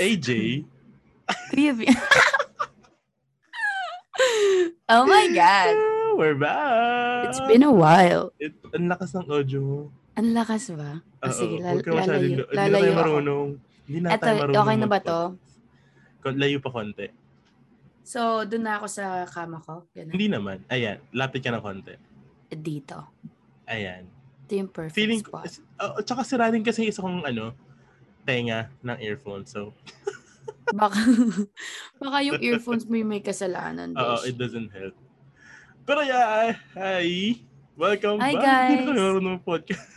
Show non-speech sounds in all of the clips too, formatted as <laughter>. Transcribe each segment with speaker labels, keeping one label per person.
Speaker 1: AJ,
Speaker 2: Three of you. oh my God.
Speaker 1: Ah, we're back.
Speaker 2: It's been a while.
Speaker 1: It, ang lakas ng audio mo.
Speaker 2: Ang lakas ba? Ah,
Speaker 1: Oo,
Speaker 2: sige,
Speaker 1: huwag
Speaker 2: lal-
Speaker 1: ka masyadong-
Speaker 2: lalayo,
Speaker 1: Hindi na
Speaker 2: lalayo
Speaker 1: tayo
Speaker 2: ako.
Speaker 1: marunong. Hindi na
Speaker 2: Eto,
Speaker 1: tayo marunong.
Speaker 2: okay na ba
Speaker 1: mag-
Speaker 2: to?
Speaker 1: Kon- Layo pa konti.
Speaker 2: So, doon na ako sa kama ko. Ganun.
Speaker 1: Hindi naman. Ayan, lapit ka na konti.
Speaker 2: Dito.
Speaker 1: Ayan.
Speaker 2: Ito yung perfect
Speaker 1: Feeling ko,
Speaker 2: spot.
Speaker 1: oh, tsaka sira rin kasi isa kong ano, tenga ng earphone. So,
Speaker 2: Baka, <laughs> baka yung earphones mo yung may kasalanan.
Speaker 1: <laughs> oo,
Speaker 2: besh.
Speaker 1: it doesn't help. Pero yeah, hi! Welcome back!
Speaker 2: Hi,
Speaker 1: Hindi na tayo
Speaker 2: guys.
Speaker 1: marunong podcast.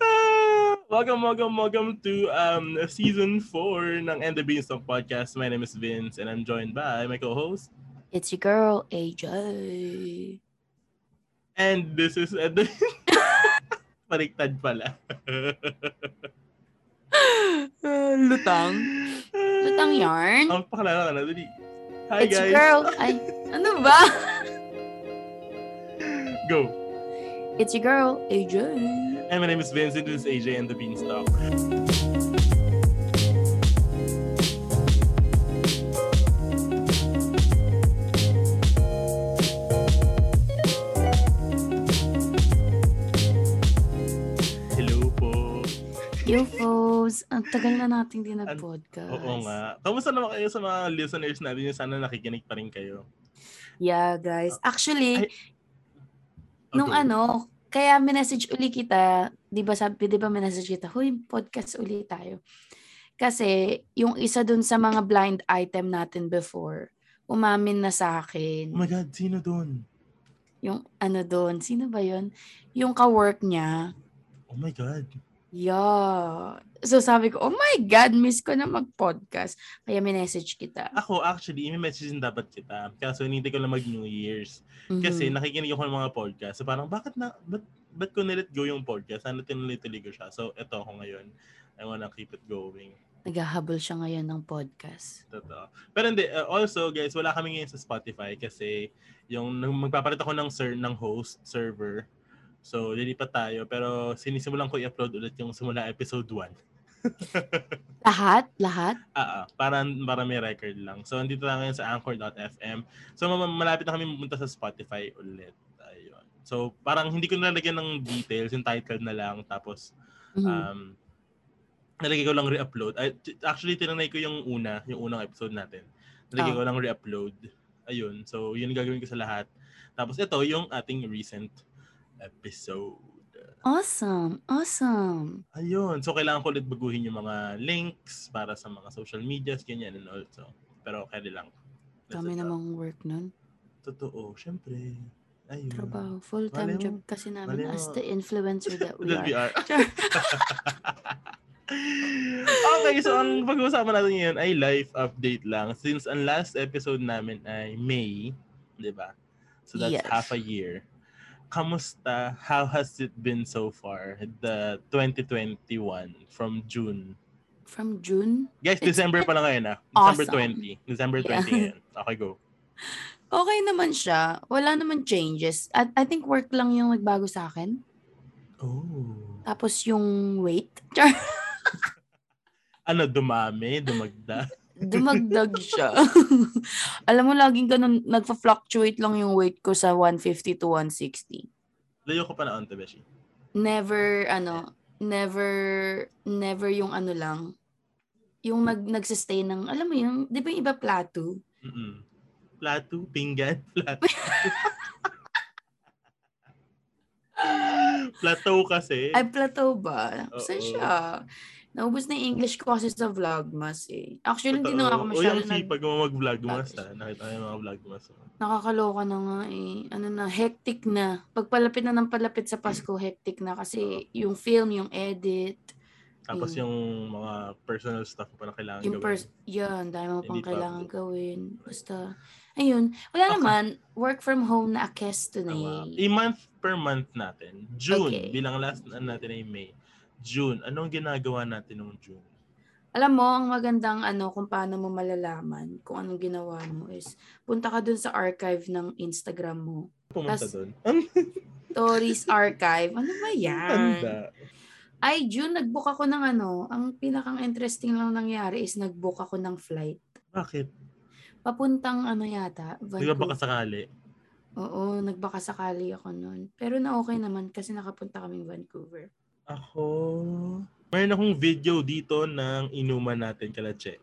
Speaker 1: Ah, welcome, welcome, welcome to um, season 4 ng And the Beanstalk podcast. My name is Vince and I'm joined by my co-host
Speaker 2: It's your girl,
Speaker 1: <laughs>
Speaker 2: AJ.
Speaker 1: And this is at the... <laughs> Paliktad pala.
Speaker 2: Lutang. Lutang yarn.
Speaker 1: Ah, Ang pakilala ka na. dali. Oh, Hi
Speaker 2: It's your
Speaker 1: guys.
Speaker 2: girl. Ay, ano
Speaker 1: <laughs>
Speaker 2: ba?
Speaker 1: Go.
Speaker 2: It's your girl, AJ.
Speaker 1: And my name is Vince and this is AJ and the Beanstalk. Hello po.
Speaker 2: UFOs. Ang tagal na nating din nag-podcast.
Speaker 1: Oo nga. Kamusta naman kayo sa mga listeners natin yung sana nakikinig pa rin kayo?
Speaker 2: Yeah, guys. Actually,
Speaker 1: Ay, oh,
Speaker 2: nung
Speaker 1: Okay.
Speaker 2: ano, kaya minessage uli kita, 'di ba sabi, 'di ba minessage kita, "Hoy, podcast uli tayo." Kasi yung isa dun sa mga blind item natin before, umamin na
Speaker 1: Oh
Speaker 2: sa akin.
Speaker 1: my God, sino doon?
Speaker 2: Yung ano dun, sino ba 'yon? Yung ka-work niya.
Speaker 1: Oh my God.
Speaker 2: Yeah. So sabi ko, "Oh my god, miss ko na mag-podcast." Kaya minessage kita.
Speaker 1: Ako actually, i-message din dapat kita. Kaso hindi ko lang mag-New Year's.
Speaker 2: Mhm.
Speaker 1: Kasi nakikinig ako ng mga podcast. So parang bakit na, ba't, ba't ko nilet go yung podcast? Ano tinuloy-tuloy ko siya? So eto ako ngayon. I wanna keep it going.
Speaker 2: naghahabol siya ngayon ng podcast.
Speaker 1: Totoo. Pero hindi, uh, also guys, wala kami ngayon sa Spotify kasi yung nung magpapalit ako ng, ser- ng host server. So lilipat tayo. Pero sinisimulan ko i-upload ulit yung simula episode 1.
Speaker 2: Lahat, lahat.
Speaker 1: Ah, ah, para, para may record lang. So, andito lang ngayon sa anchor.fm. So, mam- malapit na kami pumunta sa Spotify ulit. Ayun. So, parang hindi ko nalagyan ng details, yung title na lang. Tapos,
Speaker 2: Mhm.
Speaker 1: um, nalagay ko lang re-upload. Ay, t- actually, tinanay ko yung una, yung unang episode natin. Nalagay
Speaker 2: Ah.
Speaker 1: ko lang re-upload. Ayun. So, yun yung gagawin ko sa lahat. Tapos, ito yung ating recent episode.
Speaker 2: Awesome. Awesome.
Speaker 1: Ayun. So, kailangan ko ulit baguhin yung mga links para sa mga social medias, ganyan and all. So, pero okay lang. That's
Speaker 2: Kami
Speaker 1: it.
Speaker 2: namang work nun.
Speaker 1: Totoo, syempre. Ayun.
Speaker 2: Trabaho.
Speaker 1: Mm.
Speaker 2: Full-time
Speaker 1: Malay mo.
Speaker 2: job kasi namin
Speaker 1: Malay mo.
Speaker 2: as the influencer that we
Speaker 1: That we
Speaker 2: are. <laughs>
Speaker 1: are. <laughs> okay, so ang pag-uusapan natin ngayon ay life update lang. Since ang last episode namin ay May, di ba? So that's
Speaker 2: Yes.
Speaker 1: half a year. Kamusta? How has it been so far? The 2021 from June
Speaker 2: From June?
Speaker 1: Guys,
Speaker 2: It's
Speaker 1: December pa lang ngayon ah. December
Speaker 2: awesome.
Speaker 1: 20. December 20
Speaker 2: Yeah.
Speaker 1: ngayon. Okay, go.
Speaker 2: Okay naman siya. Wala naman changes. At I think work lang yung nagbago sa akin.
Speaker 1: Oh.
Speaker 2: Tapos yung weight. <laughs>
Speaker 1: Ano, dumami, dumagda. <laughs>
Speaker 2: Dumagdag siya. <laughs> Alam mo, laging ganun, nagpa-fluctuate lang yung weight ko sa 150 to 160.
Speaker 1: Layo ko pa na on Beshi.
Speaker 2: never ano, never never yung ano lang yung nag nagsustay ng alam mo yung 'di ba yung iba plato?
Speaker 1: Mm-mm. Plato, pinggan, <laughs> plato. Plateau kasi.
Speaker 2: Ay plato ba?
Speaker 1: Oo.
Speaker 2: Saan siya? Naubos na yung English ko kasi sa Vlogmas eh. Actually, hindi na nga ako
Speaker 1: Totoo. ano
Speaker 2: masyado
Speaker 1: O yung
Speaker 2: nag-
Speaker 1: sipag mo mag-vlog mo,
Speaker 2: Tapos.
Speaker 1: basta. Nakita ko yung mga ah. vlog mo. So.
Speaker 2: nakakaloka na nga eh. Ano na, hectic na. Pagpalapit na ng palapit sa Pasko, hectic na kasi yung film, yung edit,
Speaker 1: Tapos
Speaker 2: Mm.
Speaker 1: yung mga personal stuff mo pa na kailangan
Speaker 2: yung
Speaker 1: gawin.
Speaker 2: pers- yan, dahil mo pang
Speaker 1: Hindi pa
Speaker 2: kailangan
Speaker 1: upload.
Speaker 2: gawin. Basta, ayun. Wala
Speaker 1: Okay.
Speaker 2: naman, work from home na eh. akes
Speaker 1: Tama.
Speaker 2: tunay.
Speaker 1: I-month per month natin. June,
Speaker 2: Okay.
Speaker 1: bilang last na natin ay May. June, anong ginagawa natin noong June?
Speaker 2: Alam mo, ang magandang ano, kung paano mo malalaman kung anong ginawa mo is, punta ka dun sa archive ng Instagram mo.
Speaker 1: Pumunta
Speaker 2: Tas-
Speaker 1: doon. Ang <laughs>
Speaker 2: Stories archive. Ano ba yan?
Speaker 1: tanda.
Speaker 2: Ay, June, nag-book ako ng ano. Ang pinakang interesting lang nangyari is nag-book ako ng flight.
Speaker 1: Bakit?
Speaker 2: Papuntang ano yata.
Speaker 1: Di ba baka
Speaker 2: Vancouver.
Speaker 1: sakali?
Speaker 2: Oo, nagbaka sakali ako noon. Pero na okay naman kasi nakapunta kaming Vancouver.
Speaker 1: Ako... Mayroon akong video dito ng inuman natin kala Che.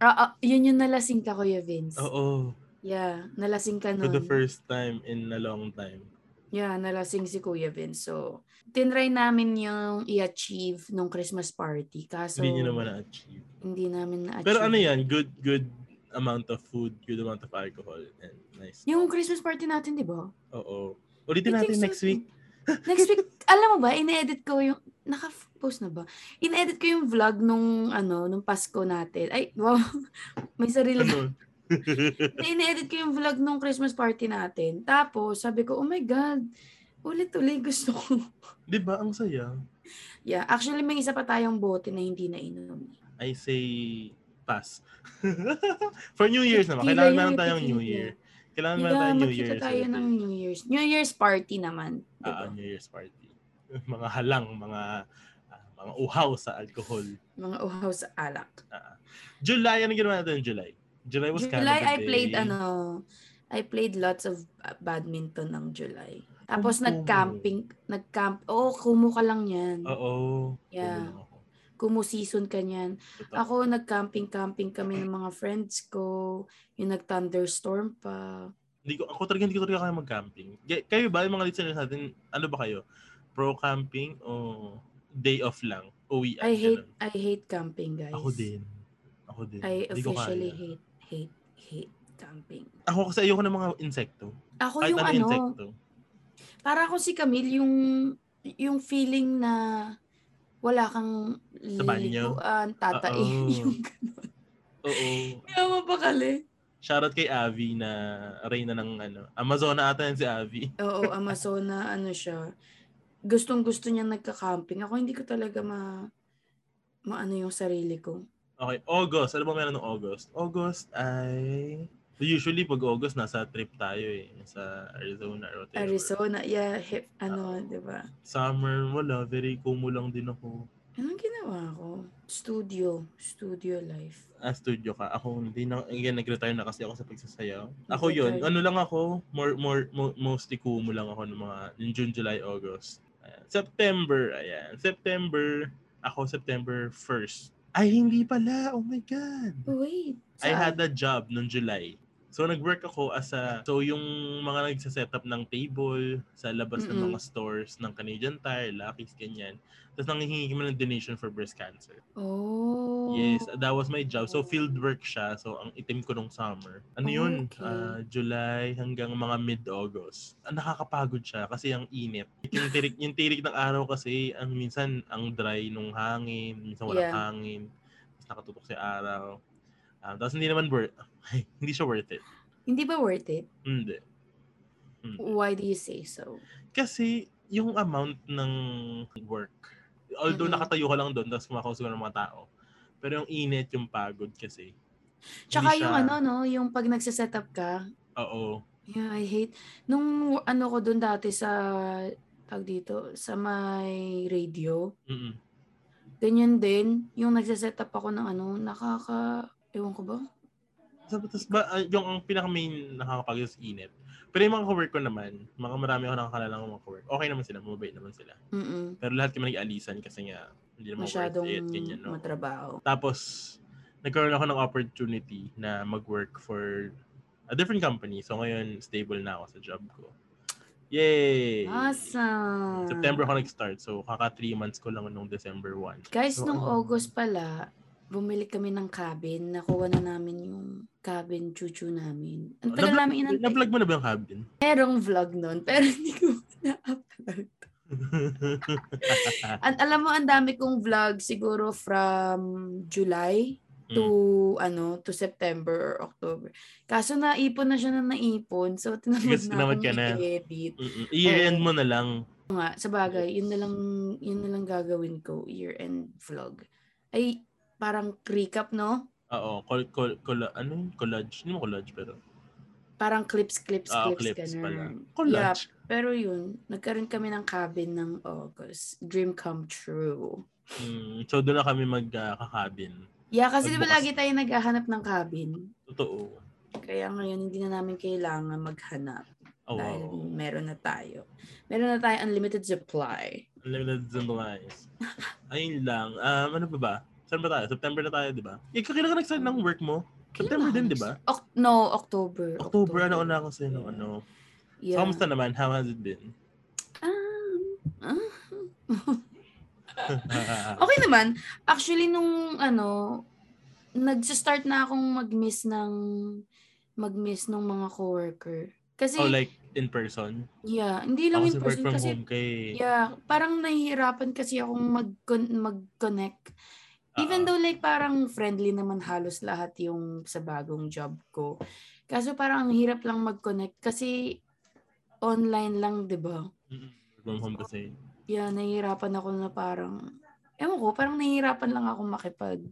Speaker 2: Ah, ah, yun yung nalasing ka, Kuya Vince.
Speaker 1: Oo.
Speaker 2: Yeah, nalasing ka
Speaker 1: For
Speaker 2: noon.
Speaker 1: the first time in a long time.
Speaker 2: Yeah, nalasing si Kuya Vince. So, tinry namin yung i-achieve nung Christmas party. Kaso,
Speaker 1: Hindi niyo naman na-achieve.
Speaker 2: hindi namin na-achieve.
Speaker 1: Pero ano yan? Good, good amount of food, good amount of alcohol. And nice.
Speaker 2: Yung Christmas party natin, di ba?
Speaker 1: Oo. Ulitin natin next week.
Speaker 2: <laughs> Next week, alam mo ba, in-edit ko yung, naka-post na ba? In-edit ko yung vlog nung, ano, nung Pasko natin. Ay, wow, <laughs> may sarili
Speaker 1: <laughs> Ano?
Speaker 2: ko. Na in-edit ko yung vlog nung Christmas party natin. Tapos, sabi ko, oh my God, ulit-ulit gusto ko. <laughs>
Speaker 1: Di ba? Ang saya.
Speaker 2: yeah, actually, may isa pa tayong bote na hindi nainom.
Speaker 1: I say pass. <laughs> For New Year's naman. Kailangan
Speaker 2: Tequila
Speaker 1: meron
Speaker 2: yun,
Speaker 1: tayong New
Speaker 2: tequila.
Speaker 1: Year. Kailangan meron
Speaker 2: Yeah,
Speaker 1: tayong New
Speaker 2: magkita
Speaker 1: Year's.
Speaker 2: tayo
Speaker 1: ulit.
Speaker 2: ng New Year's. New Year's party naman.
Speaker 1: Ah,
Speaker 2: Diba?
Speaker 1: New Year's party. <laughs> mga halang, mga ah, mga uhaw sa alcohol.
Speaker 2: Mga uhaw sa alak.
Speaker 1: July, ano ginawa natin yung July? July was
Speaker 2: July,
Speaker 1: Canada
Speaker 2: I
Speaker 1: Day.
Speaker 2: played, ano, I played lots of uh, badminton ng July. Tapos,
Speaker 1: Kumu.
Speaker 2: nag-camping, nag-camp, oo, kumu ka lang yan.
Speaker 1: Oo. Tulog
Speaker 2: Yeah.
Speaker 1: ako.
Speaker 2: Kumu season ka niyan.
Speaker 1: Totoo.
Speaker 2: Ako, nag-camping-camping kami ng mga friends ko. Yung nag-thunderstorm pa.
Speaker 1: Hindi ko, ako talaga hindi ko talaga kaya mag-camping. Ge- Kayo ba, yung mga listeners natin, ano ba kayo? Pro-camping o day off lang? Uwi
Speaker 2: I hate, I hate camping, guys.
Speaker 1: Ako din. Ako din.
Speaker 2: I
Speaker 1: Hindi ko
Speaker 2: officially
Speaker 1: kaya.
Speaker 2: hate, hate, hate camping.
Speaker 1: Ako kasi ayoko ng mga insekto.
Speaker 2: Ako
Speaker 1: Kahit
Speaker 2: yung
Speaker 1: ano,
Speaker 2: ano,
Speaker 1: insekto.
Speaker 2: para ako si Camille, yung, yung feeling na wala kang
Speaker 1: Sa banyo?
Speaker 2: liliguan, tatay.
Speaker 1: Oo.
Speaker 2: <laughs> yung ganun.
Speaker 1: Oo.
Speaker 2: Yawa pa kali.
Speaker 1: Shoutout kay Avi na reyna ng ano, Amazona ata yan si Avi.
Speaker 2: Oo, Amazona, ano siya. Gustong-gusto niya nagka-camping. Ako hindi ko talaga ma maano yung sarili ko.
Speaker 1: Okay, August. Ano ba meron ng August? August ay... Usually, pag August, nasa trip tayo eh. Sa Arizona or whatever.
Speaker 2: Arizona, yeah, hip,
Speaker 1: Oo.
Speaker 2: ano, 'di ba?
Speaker 1: Summer, wala. Very kumo lang din ako.
Speaker 2: Anong ginawa ko? Studio, studio life.
Speaker 1: Ah, studio ka. Ako, hindi na, again, nag-retire na kasi ako sa pagsasayaw. Ako yun,
Speaker 2: Nag-retire.
Speaker 1: ano lang ako, more, more, mo, mostly kumo lang ako ng mga, yung June, July, August. Ayan. September, ayan. September, ako September 1st. Ay, hindi pala. Oh my God.
Speaker 2: Wait.
Speaker 1: I
Speaker 2: saan?
Speaker 1: had a job noong July. So nag-work ako as a so yung mga nagsa-set up ng table sa labas ng
Speaker 2: Mm-mm.
Speaker 1: mga stores ng Canadian Tire, Lucky's ganyan. Tapos nanghihingi kami ng donation for breast cancer.
Speaker 2: Oh.
Speaker 1: Yes, that was my job. So field work siya. So ang itim ko nung summer. Ano yun?
Speaker 2: Oh, Okay.
Speaker 1: Ah, July hanggang mga mid-August. Ah, Nakakapagod siya kasi ang init. Yung tirik, yung tirik ng araw kasi ang minsan ang dry nung hangin, minsan walang
Speaker 2: Yeah.
Speaker 1: hangin. Tapos nakatutok si araw. Ah, tapos hindi naman <laughs> worth hindi siya worth it.
Speaker 2: Hindi ba worth it?
Speaker 1: Hindi. Hindi.
Speaker 2: Why do you say so?
Speaker 1: Kasi yung amount ng work, although
Speaker 2: Mhm.
Speaker 1: nakatayo ka lang doon, tapos kumakausap ka ng mga tao, pero yung init, yung pagod kasi. Hindi
Speaker 2: Tsaka yung
Speaker 1: siya-
Speaker 2: ano, no, yung pag nagsiset up ka,
Speaker 1: Oo.
Speaker 2: yeah, I hate. Nung ano ko doon dati sa, tag dito, sa may radio,
Speaker 1: Mm-mm.
Speaker 2: ganyan din, yung nagsiset up ako ng ano, nakaka, ewan ko ba?
Speaker 1: Tapos ba, ah, yung ang pinaka-main nakakapagod is init. Pero yung mga kawork ko naman, mga marami ako nakakalalang mga kawork. Okay naman sila, mabait naman sila.
Speaker 2: Mm-mm.
Speaker 1: Pero lahat kami nag-alisan kasi nga, hindi naman
Speaker 2: Masyadong
Speaker 1: worth it, ganyan, no?
Speaker 2: matrabaho.
Speaker 1: Tapos, nagkaroon ako ng opportunity na mag-work for a different company. So, ngayon, stable na ako sa job ko. Yay!
Speaker 2: Awesome!
Speaker 1: September ako nag-start. So, kaka three months ko lang nung December 1.
Speaker 2: Guys,
Speaker 1: Oo.
Speaker 2: nung August pala, bumili kami ng cabin. Nakuha na namin yung cabin chuchu namin. Ang tagal
Speaker 1: Na-vlog-
Speaker 2: namin inantay.
Speaker 1: Na-vlog mo na ba yung cabin?
Speaker 2: Merong vlog nun, pero <laughs> hindi ko
Speaker 1: <laughs>
Speaker 2: na-upload. At alam mo, ang dami kong vlog siguro from July
Speaker 1: Hmm.
Speaker 2: to ano to September or October. Kaso naipon na siya na naipon. So, tinamad
Speaker 1: Yes,
Speaker 2: na
Speaker 1: tinamad
Speaker 2: akong
Speaker 1: ka na.
Speaker 2: i-edit.
Speaker 1: Mm-mm. I-end
Speaker 2: Eh.
Speaker 1: mo na lang.
Speaker 2: Oo Nga, sa bagay, yun na lang, yun na lang gagawin ko, year-end vlog. Ay, parang recap, no?
Speaker 1: Oo. Col- col- col- ano yun? Collage. Hindi mo collage pero
Speaker 2: parang clips, clips,
Speaker 1: Ah,
Speaker 2: clips,
Speaker 1: clips
Speaker 2: ganun.
Speaker 1: pala.
Speaker 2: Yeah,
Speaker 1: Collage.
Speaker 2: pero yun, nagkaroon kami ng cabin ng August. Dream come true.
Speaker 1: Mm, so doon na kami magkakakabin.
Speaker 2: Yeah, kasi di ba
Speaker 1: Nagbukas-
Speaker 2: lagi tayo naghahanap ng cabin?
Speaker 1: Totoo.
Speaker 2: Kaya ngayon, hindi na namin kailangan maghanap
Speaker 1: Oh,
Speaker 2: dahil
Speaker 1: wow.
Speaker 2: meron na tayo. Meron na tayo unlimited supply.
Speaker 1: Unlimited supplies. Ayun lang. Um, ano ba ba? Saan ba tayo? September na tayo, di ba? Eh, kakailan ka nag-start ng work mo? September din, di ba?
Speaker 2: Ok- no, October.
Speaker 1: October, ano na ako sa'yo, no, ano. So,
Speaker 2: Yeah.
Speaker 1: kamusta naman? How has it
Speaker 2: <laughs>
Speaker 1: been?
Speaker 2: Ah, ah. Okay naman. Actually, nung ano, nag-start na akong mag-miss ng mag-miss ng mga coworker. Kasi,
Speaker 1: oh, like, in person?
Speaker 2: yeah, hindi lang
Speaker 1: Ako
Speaker 2: in
Speaker 1: kasi work
Speaker 2: person.
Speaker 1: from
Speaker 2: Kasi,
Speaker 1: home kay...
Speaker 2: yeah, parang nahihirapan kasi akong mag mag-connect. Even
Speaker 1: Ah,
Speaker 2: though like parang friendly naman halos lahat yung sa bagong job ko. Kaso parang ang hirap lang mag-connect kasi online lang, di ba?
Speaker 1: mm, Work from home kasi.
Speaker 2: Yeah, nahihirapan ako na parang, ewan ko, parang nahihirapan lang ako makipag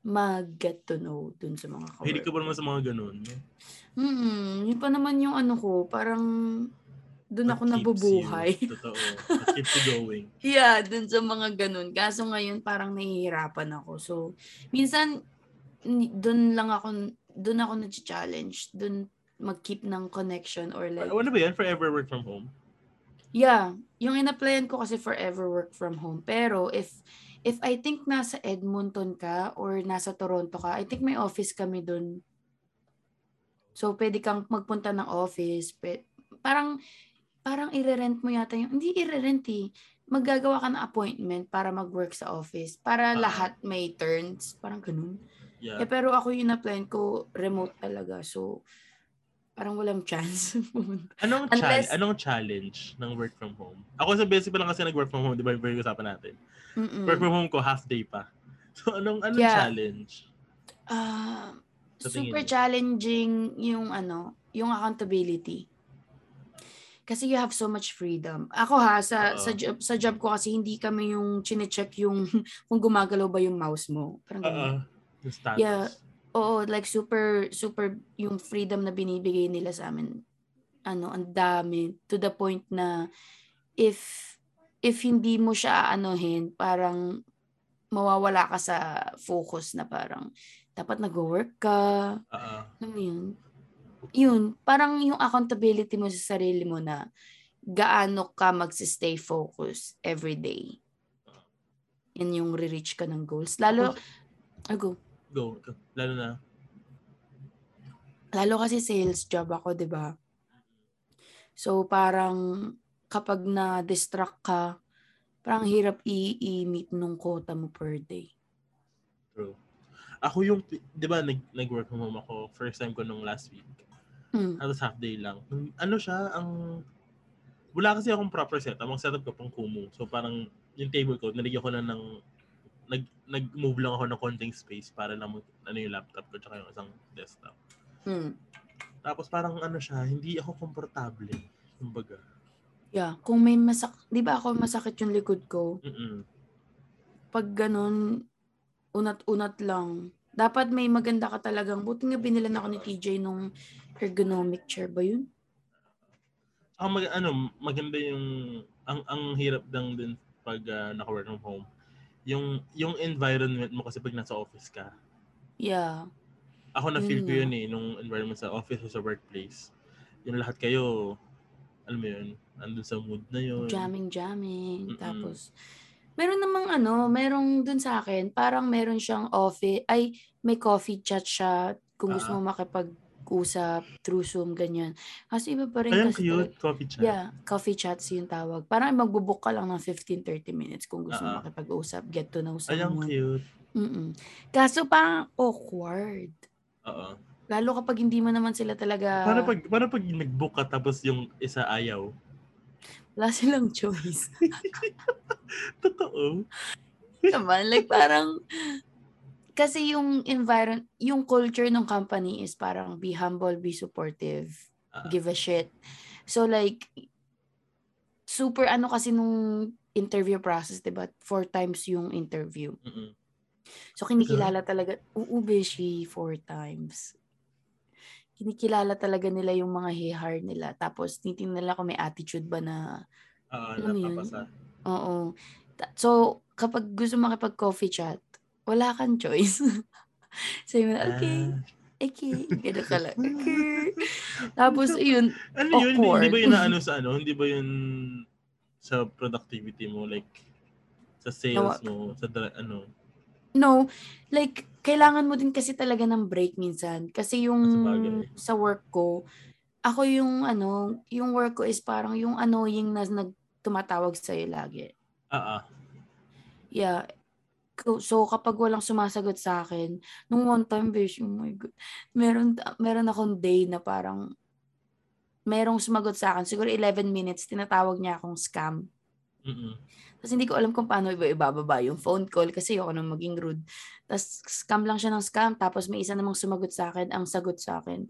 Speaker 2: mag-get to know dun sa mga kawork.
Speaker 1: Hindi ko pa naman sa mga ganun.
Speaker 2: Mm, yun pa naman yung ano ko, parang dun
Speaker 1: What
Speaker 2: ako
Speaker 1: keeps
Speaker 2: nabubuhay.
Speaker 1: You, <laughs> totoo. What keeps you going.
Speaker 2: yeah, dun sa mga ganun. Kaso ngayon parang nahihirapan ako. So, minsan ni- dun lang ako, dun ako na-challenge. Dun mag-keep ng connection or like,
Speaker 1: Ano ba yan? Forever work from home?
Speaker 2: Yeah, yung in-applyan ko kasi forever work from home. Pero if if I think nasa Edmonton ka or nasa Toronto ka, I think may office kami dun. So pwede kang magpunta ng office. Pe- parang parang i-rent mo yata yung hindi i-rent eh. Maggagawa ka ng appointment para mag-work sa office. Para
Speaker 1: Ah.
Speaker 2: lahat may turns. Parang ganun. Eh,
Speaker 1: Yeah.
Speaker 2: pero ako yung na-plan ko remote talaga. So parang walang <laughs> chance.
Speaker 1: Anong,
Speaker 2: Unless-
Speaker 1: chal- anong challenge ng work from home? Ako sa basic pa lang kasi nag-work from home, di ba? Yung usapan natin.
Speaker 2: Mm-mm.
Speaker 1: Work from home ko, half day pa. <laughs> So, anong, anong
Speaker 2: Mm. Yeah.
Speaker 1: challenge?
Speaker 2: Ah,
Speaker 1: Sa tingin
Speaker 2: super
Speaker 1: mo?
Speaker 2: challenging yung ano, yung accountability. Kasi you have so much freedom. Ako ha, sa,
Speaker 1: Oo.
Speaker 2: sa, job, sa job ko kasi hindi kami yung chinecheck yung <laughs> kung gumagalaw ba yung mouse mo. Parang ganun.
Speaker 1: Ah, ah. Yung status.
Speaker 2: Yeah. Oo, like super, super yung freedom na binibigay nila sa amin. Ano, ang dami. To the point na if if hindi mo siya aanohin, parang mawawala ka sa focus na parang dapat nag-work ka,
Speaker 1: Ah, ah.
Speaker 2: alam mo yun? Yun, parang yung accountability mo sa sarili mo na gaano ka magsistay focused every day. Yan yung re-reach ka ng goals. Lalo, ago,
Speaker 1: go. Lalo na.
Speaker 2: lalo kasi sales job ako, di ba? So, parang kapag na-distract ka, parang hirap i- i-meet nung quota mo per day.
Speaker 1: True. Ako yung, di ba, nag- nag-work from home ako. First time ko nung last week.
Speaker 2: Mm.
Speaker 1: Tapos half day lang. Nung- Ano siya, ang... Wala kasi akong proper setup. Ang setup ko pang kumu. So parang yung table ko, nalagyan ko na ng... Nag, nag-move lang ako ng konting space para lang mag- ano yung laptop ko tsaka yung isang desktop.
Speaker 2: Mm.
Speaker 1: Tapos parang ano siya, hindi ako komportable. Kumbaga.
Speaker 2: Yeah, kung may masak, 'di ba ako masakit yung likod ko?
Speaker 1: Mm-mm.
Speaker 2: Pag ganun, unat-unat lang. Dapat may maganda ka talagang. Buti nga binilan ako ni TJ nung ergonomic chair ba yun?
Speaker 1: Ang mag, ano, maganda yung... Ang, ang hirap lang din pag ah, naka-work from home. Yung, yung environment mo kasi pag nasa office ka.
Speaker 2: Yeah.
Speaker 1: Ako na
Speaker 2: Yun
Speaker 1: feel ko
Speaker 2: nga.
Speaker 1: yun eh, nung environment sa office o sa workplace. Yung lahat kayo, alam mo yun, andun sa mood na yun.
Speaker 2: Jamming, jamming.
Speaker 1: Mm. Mm-mm.
Speaker 2: Tapos, meron namang ano, merong dun sa akin, parang meron siyang office, ay, may coffee chat siya kung gusto
Speaker 1: Ah.
Speaker 2: mo makipag-usap through Zoom, ganyan. Kasi iba pa rin
Speaker 1: Ayun,
Speaker 2: kasi talaga-
Speaker 1: cute, coffee chat.
Speaker 2: Yeah, coffee chats yung tawag. Parang magbubook ka lang ng 15-30 minutes kung gusto
Speaker 1: Ah, ah.
Speaker 2: mo makipag-usap, get to
Speaker 1: Ayun,
Speaker 2: know someone.
Speaker 1: cute.
Speaker 2: Mm-mm. Kaso parang awkward.
Speaker 1: Oo.
Speaker 2: Lalo kapag hindi mo naman sila talaga,
Speaker 1: Paano pag, paano pag nag-book ka tapos yung isa ayaw? <laughs>
Speaker 2: wala silang <laughs> choice.
Speaker 1: Totoo.
Speaker 2: naman, like parang, kasi yung environment, yung culture ng company is parang be humble, be supportive,
Speaker 1: Ah.
Speaker 2: give a shit. So like, super ano kasi nung interview process, diba? Four times yung interview.
Speaker 1: Mm-mm.
Speaker 2: So, kinikilala talaga. Oo, Beshi, four times. kinikilala talaga nila yung mga hihar nila. Tapos, titingnan nila kung may attitude ba na,
Speaker 1: Oo,
Speaker 2: Alam mo Ano yun?
Speaker 1: napapasa.
Speaker 2: oo. Ta- So, kapag gusto makipag-coffee chat, wala kang choice. <laughs> Sabi mo, na, okay, okay, ganun ka lang. Okay. Tapos, yun,
Speaker 1: Ah, ano yun? Hindi, hindi ba
Speaker 2: Awkward.
Speaker 1: yun na ano sa ano? Hindi ba yun sa productivity mo? Like, sa sales
Speaker 2: Nawag.
Speaker 1: mo? Sa dra- ano?
Speaker 2: No, like, kailangan mo din kasi talaga ng break minsan. Kasi yung
Speaker 1: Sa bagay.
Speaker 2: sa work ko, ako yung ano, yung work ko is parang yung annoying na nag tumatawag sa'yo lagi.
Speaker 1: Ah, ah.
Speaker 2: Yeah. Ko- So, kapag walang sumasagot sa akin, nung one time, besh, oh my God, meron, meron akong day na parang, merong sumagot sa akin, siguro 11 minutes, tinatawag niya akong scam.
Speaker 1: Mm-mm.
Speaker 2: Tapos hindi ko alam kung paano iba ibababa yung phone call kasi ayoko nang maging rude. Tapos scam lang siya ng scam. Tapos may isa namang sumagot sa akin, ang sagot sa akin.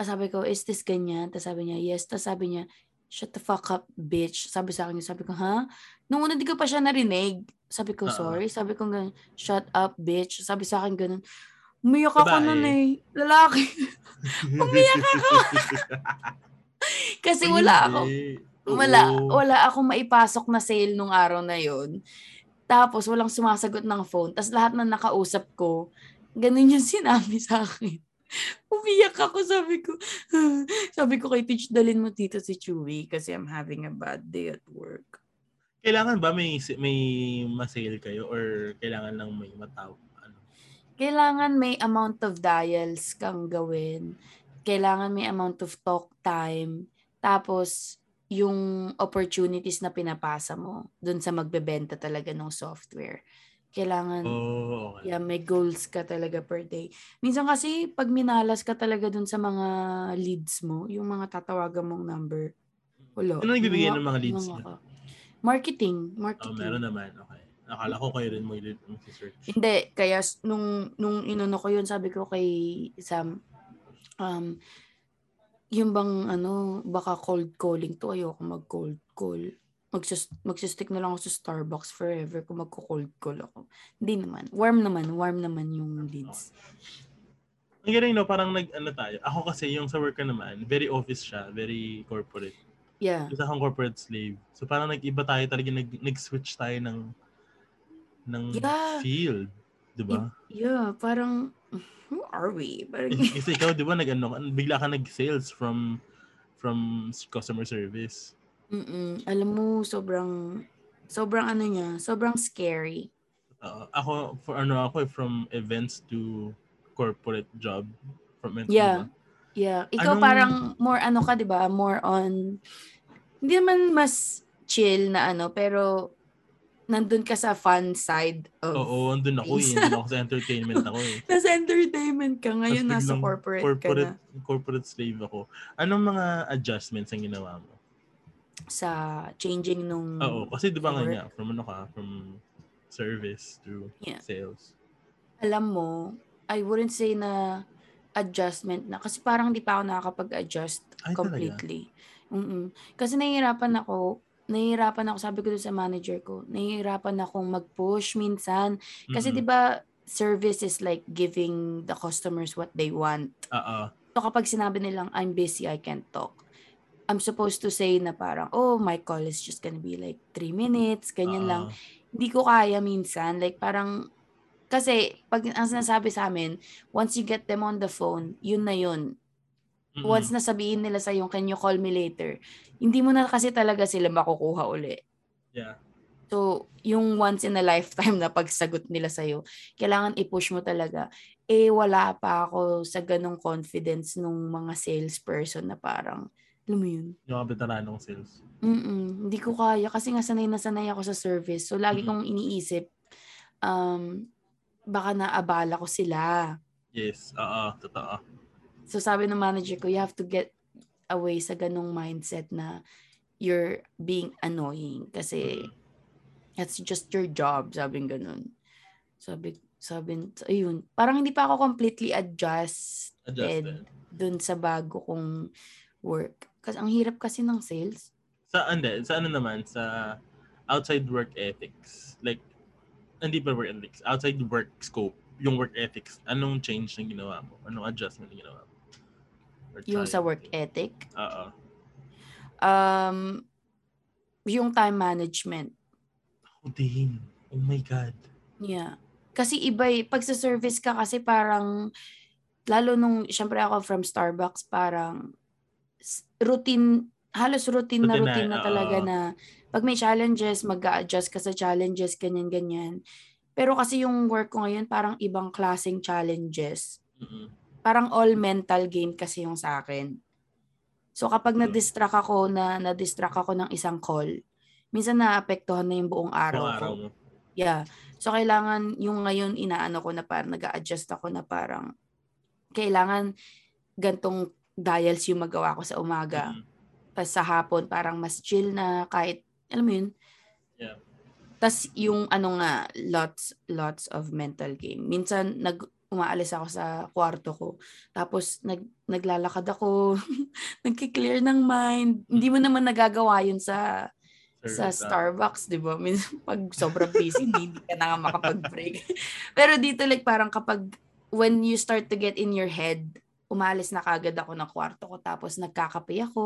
Speaker 2: Tapos sabi ko, is this ganyan? Tapos sabi niya, yes. Tapos sabi niya, shut the fuck up, bitch. Sabi sa akin, sabi ko, ha? Nung una di ko pa siya narinig. Sabi ko,
Speaker 1: Oo.
Speaker 2: sorry. Sabi ko, ganun, shut up, bitch. Sabi sa akin, ganun. Umiyak ako
Speaker 1: Babae.
Speaker 2: nun eh. Lalaki. <laughs> Umiyak
Speaker 1: ako!
Speaker 2: Kasi wala ako. Wala, wala akong maipasok na sale nung araw na yon. Tapos walang sumasagot ng phone. Tapos lahat na nakausap ko, ganun yung <laughs> sinabi sa akin. Umiyak ako, sabi ko. <sighs> sabi ko kay Teach, dalin mo dito si Chewy kasi I'm having a bad day at work.
Speaker 1: Kailangan ba may may ma-sale kayo or kailangan lang may matawag? Ano?
Speaker 2: Kailangan may amount of dials kang gawin. Kailangan may amount of talk time. Tapos, yung opportunities na pinapasa mo dun sa magbebenta talaga ng software. Kailangan
Speaker 1: Oh, okay.
Speaker 2: Yeah, may goals ka talaga per day. Minsan kasi, pag minalas ka talaga dun sa mga leads mo, yung mga tatawagan mong number, wala.
Speaker 1: Ano nagbibigay
Speaker 2: Mga-
Speaker 1: ng mga leads
Speaker 2: mga
Speaker 1: niyo?
Speaker 2: ka. Marketing.
Speaker 1: Oh,
Speaker 2: Marketing.
Speaker 1: meron naman. Okay. Akala ko kayo rin mo i-search.
Speaker 2: Hindi, kaya s- nung, nung inuno ko yun, sabi ko kay Sam, um, yung bang ano, baka cold calling to, ayoko mag-cold call. Magsus magsistick na lang ako sa Starbucks forever kung magko-cold call ako. Hindi naman. Warm naman. Warm naman yung leads.
Speaker 1: Ang galing no, parang nag ano tayo. Ako kasi yung sa work ko naman, very office siya, very corporate.
Speaker 2: Yeah.
Speaker 1: isa kang corporate slave. So parang nag-iba tayo talaga, nag, nag-switch tayo ng ng
Speaker 2: Yeah.
Speaker 1: field. Di ba?
Speaker 2: Yeah, parang, who are we? Parang,
Speaker 1: Kasi ikaw, di ba, nag-ano, ka, bigla ka nag-sales from from customer service.
Speaker 2: <laughs> Mm-mm. alam mo, sobrang, sobrang ano niya, sobrang scary.
Speaker 1: Uh, ako, for ano ako, from events to corporate job. From events, di
Speaker 2: Yeah.
Speaker 1: ba?
Speaker 2: Yeah. Ikaw
Speaker 1: Anong-
Speaker 2: parang more ano ka, di ba? More on, hindi naman mas chill na ano, pero nandun ka sa fun side of,
Speaker 1: Oo, andun ako
Speaker 2: <laughs>
Speaker 1: eh. Andun ako sa entertainment ako eh.
Speaker 2: nasa entertainment ka, ngayon
Speaker 1: Tapos
Speaker 2: nasa
Speaker 1: biglang
Speaker 2: corporate,
Speaker 1: corporate,
Speaker 2: ka na.
Speaker 1: corporate slave ako. Anong mga adjustments ang ginawa mo?
Speaker 2: Sa changing nung,
Speaker 1: Oo, kasi di ba
Speaker 2: Sa
Speaker 1: nga
Speaker 2: work?
Speaker 1: niya, from ano ka, from service to
Speaker 2: Yeah.
Speaker 1: sales.
Speaker 2: alam mo, I wouldn't say na adjustment na. Kasi parang di pa ako nakakapag-adjust
Speaker 1: Ay, talaga?
Speaker 2: completely. mm Kasi nahihirapan ako, nahihirapan ako, sabi ko dun sa manager ko, nahihirapan akong mag-push minsan. Kasi di
Speaker 1: Mm-mm.
Speaker 2: ba, service is like giving the customers what they want.
Speaker 1: Oo.
Speaker 2: So kapag sinabi nilang, I'm busy, I can't talk, I'm supposed to say na parang, oh, my call is just gonna be like three minutes, ganyan
Speaker 1: oo.
Speaker 2: lang hindi ko kaya minsan. Like, parang, kasi, pag ang sinasabi sa amin, once you get them on the phone, yun na yun.
Speaker 1: Mm-mm.
Speaker 2: Once na sabihin nila sa yung can you call me later, hindi mo na kasi talaga sila makukuha uli.
Speaker 1: Yeah.
Speaker 2: So, yung once in a lifetime na pagsagot nila sa'yo, kailangan i-push mo talaga. Eh, wala pa ako sa ganong confidence nung mga salesperson na parang, alam mo yun,
Speaker 1: Yung mga veteranong sales.
Speaker 2: Mm-mm, hindi ko kaya kasi nga sanay na sanay ako sa service. So lagi
Speaker 1: Mm.
Speaker 2: kong iniisip um baka naabala ko sila.
Speaker 1: Yes. Oo. Totoo.
Speaker 2: So sabi ng manager ko, you have to get away sa ganong mindset na you're being annoying kasi
Speaker 1: Mm.
Speaker 2: that's just your job, sabi ng ganun. Sabi sabi ayun, parang hindi pa ako completely adjust
Speaker 1: Adjusted.
Speaker 2: dun sa bago kong work. Kasi ang hirap kasi ng sales.
Speaker 1: Sa, hindi, sa ano naman, sa outside work ethics. Like, hindi pa work ethics. Outside work scope. Yung work ethics. Anong change na ginawa mo? Anong adjustment na ginawa mo? Or
Speaker 2: Yung sa
Speaker 1: trying
Speaker 2: work e-
Speaker 1: to.
Speaker 2: ethic.
Speaker 1: Oo.
Speaker 2: Um, yung time management.
Speaker 1: Ako din. Oh my God.
Speaker 2: Yeah. Kasi iba eh. Pag sa service ka kasi parang, lalo nung, syempre ako from Starbucks, parang s- routine, halos routine na
Speaker 1: Routine na,
Speaker 2: routine na
Speaker 1: oo.
Speaker 2: talaga na pag may challenges, mag adjust ka sa challenges, ganyan-ganyan. Pero kasi yung work ko ngayon, parang ibang klaseng challenges.
Speaker 1: Mm-mm.
Speaker 2: Parang all mental game kasi yung sa akin. So kapag
Speaker 1: Mm.
Speaker 2: na-distract ako na na-distract ako ng isang call, minsan naapektuhan na yung buong araw,
Speaker 1: Kung
Speaker 2: ko.
Speaker 1: araw mo.
Speaker 2: Yeah. So, kailangan yung ngayon inaano ko na parang nag adjust ako na parang kailangan gantong dials yung magawa ko sa umaga.
Speaker 1: Mm-mm.
Speaker 2: Tapos sa hapon, parang mas chill na kahit, alam mo yun?
Speaker 1: Yeah.
Speaker 2: Tapos yung ano nga, lots, lots of mental game. Minsan, nag, umaalis ako sa kwarto ko. Tapos, nag, naglalakad ako. <laughs> Nagki-clear ng mind. Hindi mo naman nagagawa yun sa sa
Speaker 1: Service, ah.
Speaker 2: Starbucks, di ba? Minsan <laughs> pag sobrang busy, hindi, hindi ka na nga makapag-break. <laughs> Pero dito like parang kapag when you start to get in your head, umalis na kagad ako ng kwarto ko tapos nagkakape ako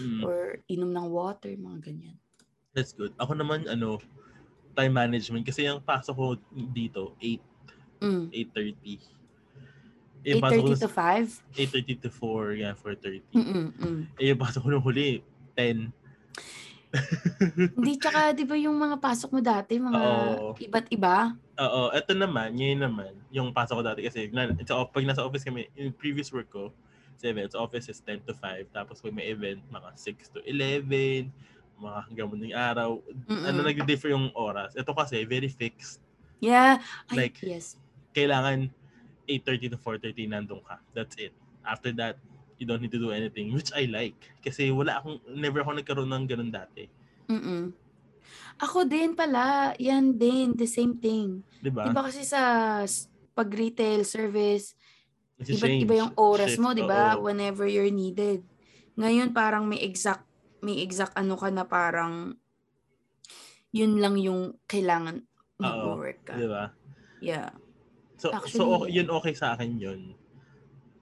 Speaker 1: Mm.
Speaker 2: or inom ng water, mga ganyan.
Speaker 1: That's good. Ako naman, ano, time management. Kasi yung pasok ko dito, 8,
Speaker 2: Mm.
Speaker 1: 8.30. Yung Eh, pasok ko
Speaker 2: 8.30 to
Speaker 1: 8.30
Speaker 2: 5?
Speaker 1: to 4, yeah, 4.30.
Speaker 2: Mm-mm. mm.
Speaker 1: Eh, yung pasok ko nung huli, 10.
Speaker 2: Hindi, tsaka di ba yung mga pasok mo dati, mga
Speaker 1: Oo.
Speaker 2: iba't iba?
Speaker 1: Oo, eto naman, ngayon naman, yung pasok ko dati kasi, na, sa, pag nasa office kami, yung previous work ko, 7, sa office is 10 to 5, tapos pag may event, mga 6 to 11, mga hanggang munding araw,
Speaker 2: Mm-mm.
Speaker 1: ano, nag-differ yung oras. Ito kasi, very fixed.
Speaker 2: yeah. Ay,
Speaker 1: Like-
Speaker 2: yes.
Speaker 1: Kailangan 8.30 to 4.30 nandun ka. That's it. After that, you don't need to do anything, which I like. Kasi wala akong, never ako nagkaroon ng ganun dati.
Speaker 2: Mm-mm. Ako din pala, yan din, the same thing.
Speaker 1: Di ba?
Speaker 2: Iba kasi sa s- pag retail service, iba,
Speaker 1: Nag-change.
Speaker 2: iba yung oras
Speaker 1: Shift,
Speaker 2: mo, 'di ba?
Speaker 1: oo.
Speaker 2: Whenever you're needed. Ngayon parang may exact may exact ano ka na parang yun lang yung kailangan mag-work ka.
Speaker 1: Di ba?
Speaker 2: Yeah.
Speaker 1: So,
Speaker 2: Actually,
Speaker 1: so okay,
Speaker 2: yeah.
Speaker 1: yun okay sa akin yun.